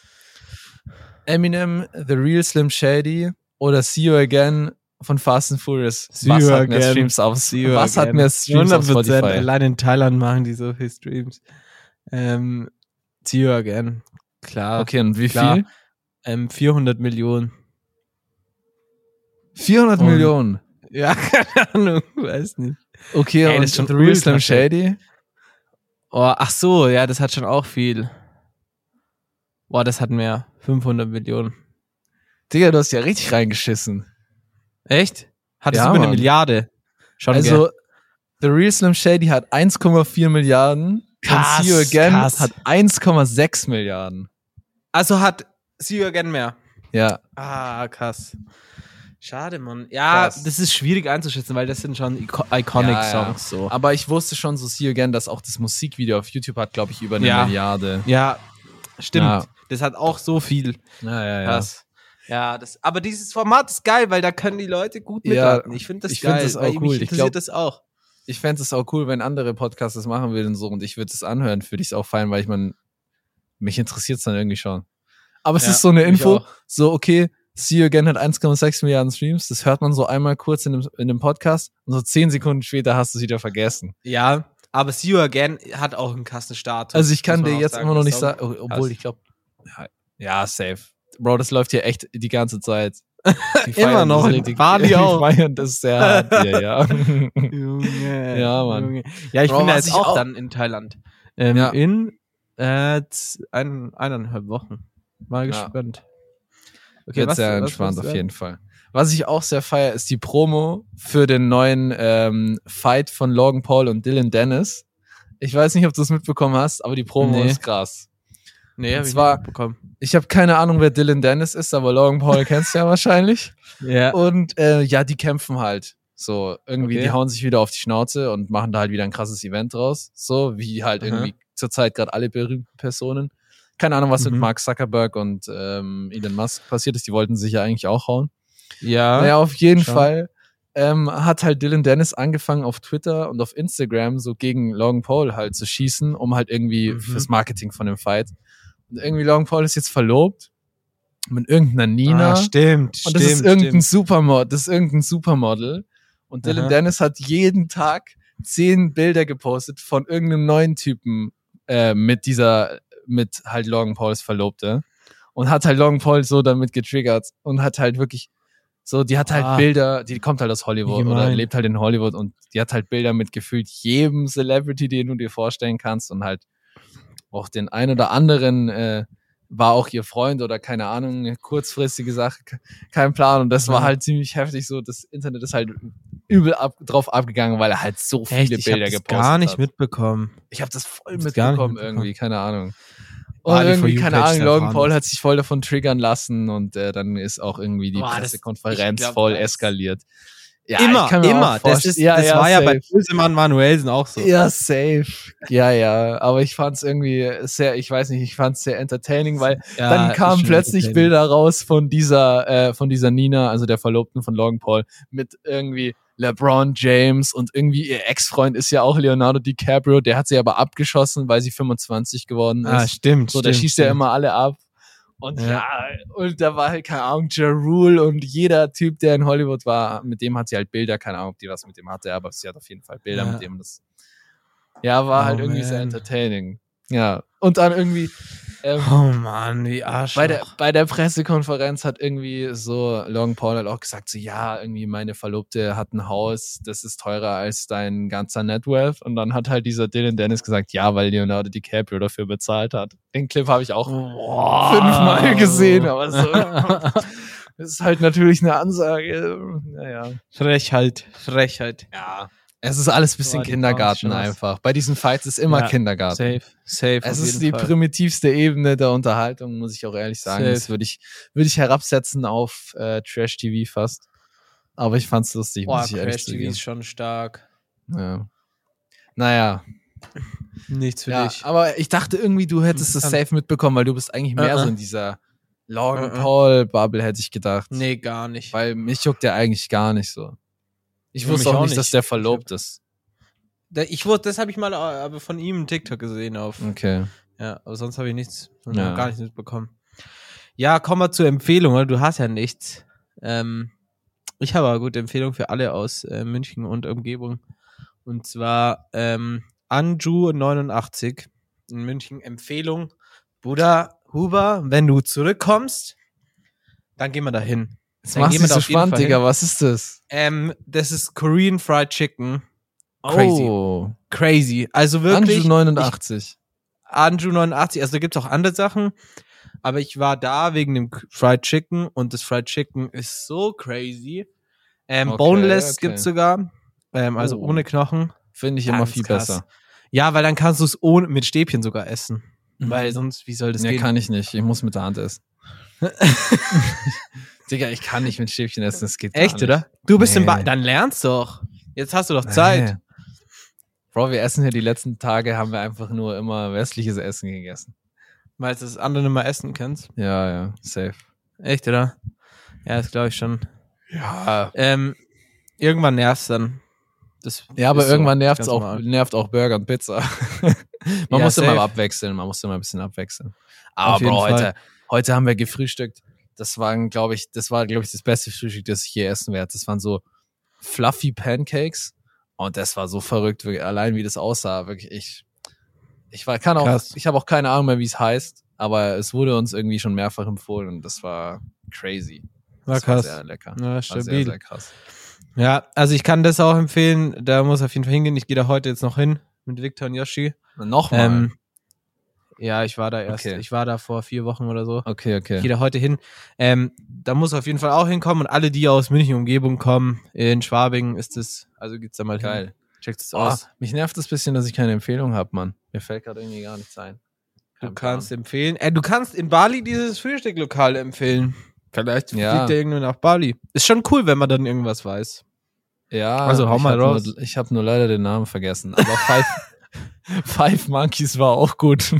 A: Eminem, The Real Slim Shady oder See You Again von Fast and Furious.
B: See
A: was
B: You
A: hat mehr
B: Again.
A: Streams auf
B: See you
A: Was hat
B: again.
A: mehr Streams auf
B: 100%
A: Spotify?
B: Allein in Thailand machen die so viel Streams. Ähm, see you again. Klar.
A: Okay, und wie
B: Klar.
A: viel?
B: Ähm, 400 Millionen.
A: 400
B: Und-
A: Millionen.
B: Ja, keine Ahnung, weiß nicht.
A: Okay,
B: Ey, das
A: und
B: ist schon
A: The Real
B: ultra
A: Slim
B: viel.
A: Shady?
B: Oh, ach so, ja, das hat schon auch viel. Boah, das hat mehr. 500 Millionen.
A: Digga, du hast ja richtig reingeschissen.
B: Echt? Hat es
A: Ja,
B: über eine
A: Mann.
B: Milliarde. Schon
A: Also, The Real Slim Shady hat 1,4 Milliarden.
B: Krass,
A: und See You Again
B: krass.
A: hat 1,6 Milliarden.
B: also hat See You Again mehr.
A: Ja.
B: Ah, krass. Schade, Mann. Ja,
A: Krass.
B: das ist schwierig einzuschätzen, weil das sind schon Ico iconic
A: Ja, ja.
B: Songs. So.
A: Aber ich wusste schon so See You Again, dass auch das Musikvideo auf YouTube hat, glaube ich, über eine
B: Ja.
A: Milliarde.
B: Ja, stimmt.
A: Ja.
B: Das hat auch so viel.
A: Ja, ja, ja.
B: Krass. Ja, das, aber dieses Format ist geil, weil da können die Leute gut
A: Ja,
B: mitraten. ich finde das
A: ich find
B: geil.
A: das auch
B: weil
A: cool.
B: Mich
A: Ich
B: interessiert
A: glaub-
B: das auch.
A: Ich fände es auch cool, wenn andere Podcasts das machen würden so und ich würde es anhören, würde ich es auch feiern, weil ich meine, mich interessiert es dann irgendwie schon. Aber es
B: Ja,
A: ist so eine
B: mich
A: Info,
B: auch.
A: so okay, See You Again hat 1,6 Milliarden Streams, das hört man so einmal kurz in dem, in dem Podcast und so 10 Sekunden später hast du es wieder vergessen.
B: Ja, aber See You Again hat auch einen krassen Start.
A: Also ich kann
B: Muss man
A: dir
B: auch
A: jetzt immer noch
B: der
A: nicht
B: Song.
A: sagen, oh, obwohl
B: Krass.
A: ich glaube, ja, ja, safe. Bro, das läuft hier echt die ganze Zeit. Die
B: Immer
A: feiern
B: noch,
A: das
B: in
A: richtig-
B: Bali
A: die
B: auch.
A: feiern das sehr hart hier, ja.
B: Junge.
A: Ja, Mann.
B: Junge. Ja, ich
A: Bro,
B: bin da
A: was
B: jetzt
A: ich
B: auch,
A: auch-
B: dann in Thailand. Ähm,
A: Ja.
B: In äh, z- ein, eineinhalb Wochen. Mal
A: Ja.
B: gespannt.
A: Wird sehr entspannt
B: wolltest du
A: auf
B: sagen?
A: jeden Fall. Was ich auch sehr feier, ist die Promo für den neuen ähm, Fight von Logan Paul und Dylan Dennis. Ich weiß nicht, ob du es mitbekommen hast, aber die Promo
B: Nee.
A: ist krass.
B: Nee,
A: Und
B: hab ich
A: zwar-
B: nicht bekommen.
A: Ich habe keine Ahnung, wer Dylan Dennis ist, aber Logan Paul kennst du ja wahrscheinlich.
B: Ja.
A: Und äh, ja, die kämpfen halt. So, irgendwie,
B: Okay.
A: die hauen sich wieder auf die Schnauze und machen da halt wieder ein krasses Event draus. So, wie halt
B: Aha.
A: irgendwie zurzeit gerade alle berühmten Personen. Keine Ahnung, was
B: Mhm.
A: mit Mark Zuckerberg und ähm, Elon Musk passiert ist. Die wollten sich ja eigentlich auch hauen.
B: Ja.
A: Naja, auf jeden
B: Schon.
A: Fall ähm, hat halt Dylan Dennis angefangen auf Twitter und auf Instagram so gegen Logan Paul halt zu schießen, um halt irgendwie
B: Mhm.
A: fürs Marketing von dem Fight. Und irgendwie Logan Paul ist jetzt verlobt mit irgendeiner Nina.
B: Ah, stimmt,
A: und
B: stimmt.
A: das ist irgendein
B: stimmt.
A: Supermodel, das ist irgendein Supermodel. Und Dylan
B: Aha.
A: Dennis hat jeden Tag zehn Bilder gepostet von irgendeinem neuen Typen äh, mit dieser, mit halt Logan Pauls Verlobte. Und hat halt Logan Paul so damit getriggert und hat halt wirklich so, die hat halt
B: Ah.
A: Bilder, die kommt halt aus Hollywood
B: Wie
A: oder
B: gemein.
A: lebt halt in Hollywood und die hat halt Bilder mit gefühlt jedem Celebrity, den du dir vorstellen kannst und halt auch den ein oder anderen äh, war auch ihr Freund oder keine Ahnung, eine kurzfristige Sache, ke- kein Plan und das war
B: Ja.
A: halt ziemlich heftig so, das Internet ist halt übel ab, drauf abgegangen, weil er halt so viele
B: Echt, ich hab
A: Bilder
B: das
A: gepostet
B: gar nicht
A: hat.
B: mitbekommen.
A: Ich habe das voll
B: Hab's gar nicht
A: mitbekommen
B: mitbekommen.
A: irgendwie, keine Ahnung. Und
B: Bali for
A: irgendwie,
B: You
A: keine
B: Page
A: Ahnung,
B: da
A: Logan
B: vorhanden.
A: Paul hat sich voll davon triggern lassen und äh, dann ist auch irgendwie die
B: Boah, das-
A: Pressekonferenz
B: ich glaub,
A: voll
B: das-
A: eskaliert. Ja, ich
B: immer,
A: kann mir
B: immer.
A: auch
B: Das,
A: vorst-
B: ist, das war ja bei Bösemann Manuelsen auch so.
A: Ja, safe. Ja, ja. Aber ich fand es irgendwie sehr, ich weiß nicht, ich fand es sehr entertaining, weil
B: Ja,
A: dann
B: ist
A: kamen
B: schon
A: plötzlich
B: entertaining.
A: Bilder raus von dieser, äh, von dieser Nina, also der Verlobten von Logan Paul, mit irgendwie LeBron James und irgendwie ihr Ex-Freund ist ja auch Leonardo DiCaprio, der hat sie aber abgeschossen, weil sie 25 geworden ist.
B: Ah, stimmt.
A: so,
B: stimmt,
A: der schießt ja
B: stimmt.
A: immer alle ab. Und ja.
B: Ja.
A: und da war halt, keine Ahnung, Ja Rule und jeder Typ, der in Hollywood war, mit dem hat sie halt Bilder, keine Ahnung, ob die was mit dem hatte, aber sie hat auf jeden Fall Bilder
B: Ja.
A: mit dem. Das, ja, war
B: Oh,
A: halt irgendwie sehr
B: man.
A: entertaining. Ja. Und dann irgendwie, ähm,
B: Oh Mann, die Arsch.
A: bei der, bei der Pressekonferenz hat irgendwie so Logan Paul halt auch gesagt, so ja, irgendwie meine Verlobte hat ein Haus, das ist teurer als dein ganzer Net Worth. Und dann hat halt dieser Dylan Dennis gesagt, ja, weil Leonardo DiCaprio dafür bezahlt hat. Den Clip habe ich auch fünfmal gesehen, aber so, das ist halt natürlich eine Ansage. Naja.
B: Frechheit, Frechheit.
A: Ja. Es ist alles ein bisschen
B: Boah, die
A: Kindergarten
B: Bouncers.
A: einfach. Bei diesen Fights ist immer
B: Ja,
A: Kindergarten.
B: Safe, safe.
A: Es
B: auf
A: ist die
B: jeden Fall.
A: primitivste Ebene der Unterhaltung, muss ich auch ehrlich sagen.
B: Safe.
A: Das würde ich, würde ich herabsetzen auf äh, Trash TV fast. Aber ich fand's lustig,
B: Boah,
A: muss ich ehrlich
B: Crash TV
A: sagen.
B: ist schon stark.
A: Ja. Naja,
B: Nichts für
A: ja,
B: dich.
A: aber ich dachte irgendwie, du hättest das
B: Interessant.
A: safe mitbekommen, weil du bist eigentlich mehr
B: Uh-uh.
A: so in dieser Logan
B: Uh-uh.
A: Paul Bubble, hätte ich gedacht.
B: Nee, gar nicht.
A: Weil mich juckt der eigentlich gar nicht so. Ich
B: Ja,
A: wusste
B: mich
A: auch
B: auch
A: nicht, dass
B: nicht.
A: der verlobt ist.
B: Da- Ich wurde, das habe ich mal äh, aber von ihm einen TikTok gesehen auf.
A: Okay.
B: Ja, aber sonst habe ich nichts,
A: Ja.
B: gar nichts mitbekommen. Ja, kommen wir zur Empfehlung, weil du hast ja nichts. Ähm, ich habe aber gute Empfehlung für alle aus äh, München und Umgebung. Und zwar ähm, Anju 89 in München. Empfehlung, Bruder Huber, wenn du zurückkommst, dann gehen wir dahin.
A: Jetzt
B: Dann
A: machst
B: gehen
A: du
B: wir da
A: so
B: auf jeden
A: spannend,
B: Fall hin.
A: Digga. Was ist das?
B: Ähm, das ist Korean Fried Chicken. Crazy.
A: Oh.
B: Crazy. Also wirklich.
A: Anju 89.
B: Anju 89, also da gibt's auch andere Sachen, aber ich war da wegen dem K- Fried Chicken und das Fried Chicken ist so crazy. Ähm,
A: Okay,
B: Boneless
A: okay.
B: gibt's sogar, ähm, also
A: Oh.
B: ohne Knochen.
A: Finde ich immer
B: Ganz
A: viel
B: krass.
A: besser.
B: Ja, weil dann kannst du es ohne mit Stäbchen sogar essen,
A: Mhm.
B: weil sonst wie soll das
A: Das ja,
B: gehen?
A: kann ich nicht. Ich muss mit der Hand essen. Digga, ich kann nicht mit Stäbchen essen. Das geht gar
B: Echt,
A: nicht.
B: oder? Du bist im
A: Nee.
B: ba dann lernst doch. Jetzt hast du doch Zeit.
A: Nee. Bro, wir essen ja die letzten Tage, haben wir einfach nur immer westliches Essen gegessen.
B: Weil du das andere nicht mal essen kannst.
A: Ja, ja, safe.
B: Echt, oder? Ja, das glaube ich schon.
A: Ja.
B: Ähm, irgendwann nervst dann. Das
A: Ja, aber
B: ist so,
A: irgendwann nervt's
B: ganz
A: auch,
B: normal.
A: nervt auch Burger und Pizza. man
B: Ja,
A: muss
B: safe.
A: immer abwechseln, man muss immer ein bisschen abwechseln. Aber
B: Auf jeden
A: Bro, heute,
B: Fall.
A: heute haben wir gefrühstückt. Das waren, glaube ich, das war, glaube ich, das beste Frühstück, das ich je essen werde. Das waren so fluffy Pancakes und das war so verrückt, wirklich, allein wie das aussah. Wirklich, ich, ich war, kann auch,
B: Krass.
A: ich habe auch keine Ahnung mehr, wie es heißt, aber es wurde uns irgendwie schon mehrfach empfohlen und das war crazy.
B: War
A: das
B: krass.
A: War sehr lecker.
B: Ja,
A: War
B: stabil.
A: sehr, sehr krass.
B: Ja, also ich kann das auch empfehlen. Da muss auf jeden Fall hingehen. Ich gehe da heute jetzt noch hin mit Victor und Yoshi.
A: Nochmal.
B: Ähm, ja, ich war da erst.
A: Okay.
B: Ich war da vor vier Wochen oder so.
A: okay, okay.
B: Ich gehe da heute hin. Ähm, da muss auf jeden Fall auch hinkommen. Und alle, die aus München Umgebung kommen, in Schwabing ist es. Also geht's da mal hin.
A: Geil.
B: Checkt es
A: Oh,
B: aus.
A: mich nervt das bisschen, dass ich keine Empfehlung habe, Mann. Mir fällt gerade irgendwie gar nichts ein.
B: Du
A: Kein
B: kannst
A: Plan.
B: empfehlen. Äh, du kannst in Bali dieses Frühstücklokal empfehlen. Vielleicht
A: Ja.
B: fliegt der irgendwann nach Bali. Ist schon cool, wenn man dann irgendwas weiß.
A: Ja,
B: Also, hau
A: ich
B: mal
A: hab
B: raus.
A: Nur, ich habe nur leider den Namen vergessen. Aber Five, Five Monkeys war auch gut.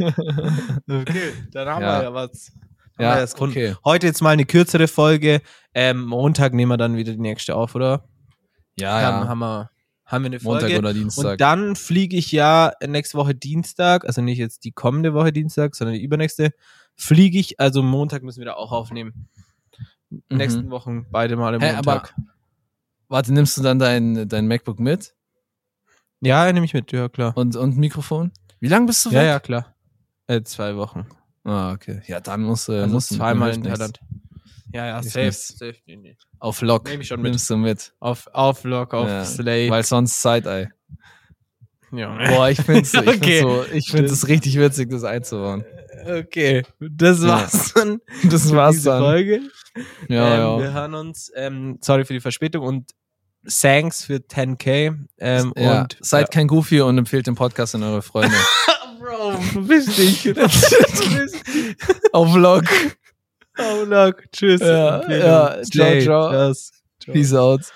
B: Okay, dann haben
A: Ja.
B: wir ja was. Haben
A: Ja,
B: wir das gefunden.
A: okay.
B: Heute jetzt mal eine kürzere Folge. Ähm, Montag nehmen wir dann wieder die nächste auf, oder?
A: ja,
B: dann
A: Ah, ja.
B: haben wir, haben wir eine Folge.
A: Montag oder Dienstag.
B: Und dann fliege ich ja nächste Woche Dienstag, also nicht jetzt die kommende Woche Dienstag, sondern die übernächste, fliege ich, also Montag müssen wir da auch aufnehmen.
A: Mhm.
B: Nächsten Wochen beide Mal im
A: Hä, aber-
B: Montag.
A: Warte, nimmst du dann dein, dein MacBook mit
B: Ja, nehme ich mit, ja klar.
A: und, und Mikrofon? Wie lange bist du
B: Ja,
A: weg?
B: ja, klar. Äh, zwei Wochen.
A: Ah, okay. Ja, dann musst du
B: Also
A: musst du-
B: zweimal
A: hilft
B: in
A: nichts.
B: Thailand. Ja, ja,
A: Hilft
B: safe.
A: nichts.
B: safe. Nee, nee.
A: Auf Lock.
B: Nehm ich schon mit.
A: Nimmst du mit.
B: Auf, auf Lock, auf
A: Ja,
B: Slay.
A: Weil sonst Side-Eye.
B: Junge.
A: Boah, ich find's, ich find's
B: Okay.
A: so, ich find's es richtig witzig, das einzubauen.
B: Okay, das
A: Ja.
B: war's dann.
A: Das
B: für
A: war's
B: diese
A: dann.
B: Folge.
A: Ja,
B: ähm,
A: ja.
B: Wir hören uns. Ähm, sorry für die Verspätung und thanks für 10k. Ähm,
A: ja.
B: Und
A: Seid kein Goofy und empfehlt den Podcast an eure Freunde.
B: Bro, verpiss dich. Verpiss dich.
A: Auf Lock.
B: Oh, Lock. Tschüss.
A: Ja, ja. Ciao, ciao.
B: Tschüss.
A: Peace out.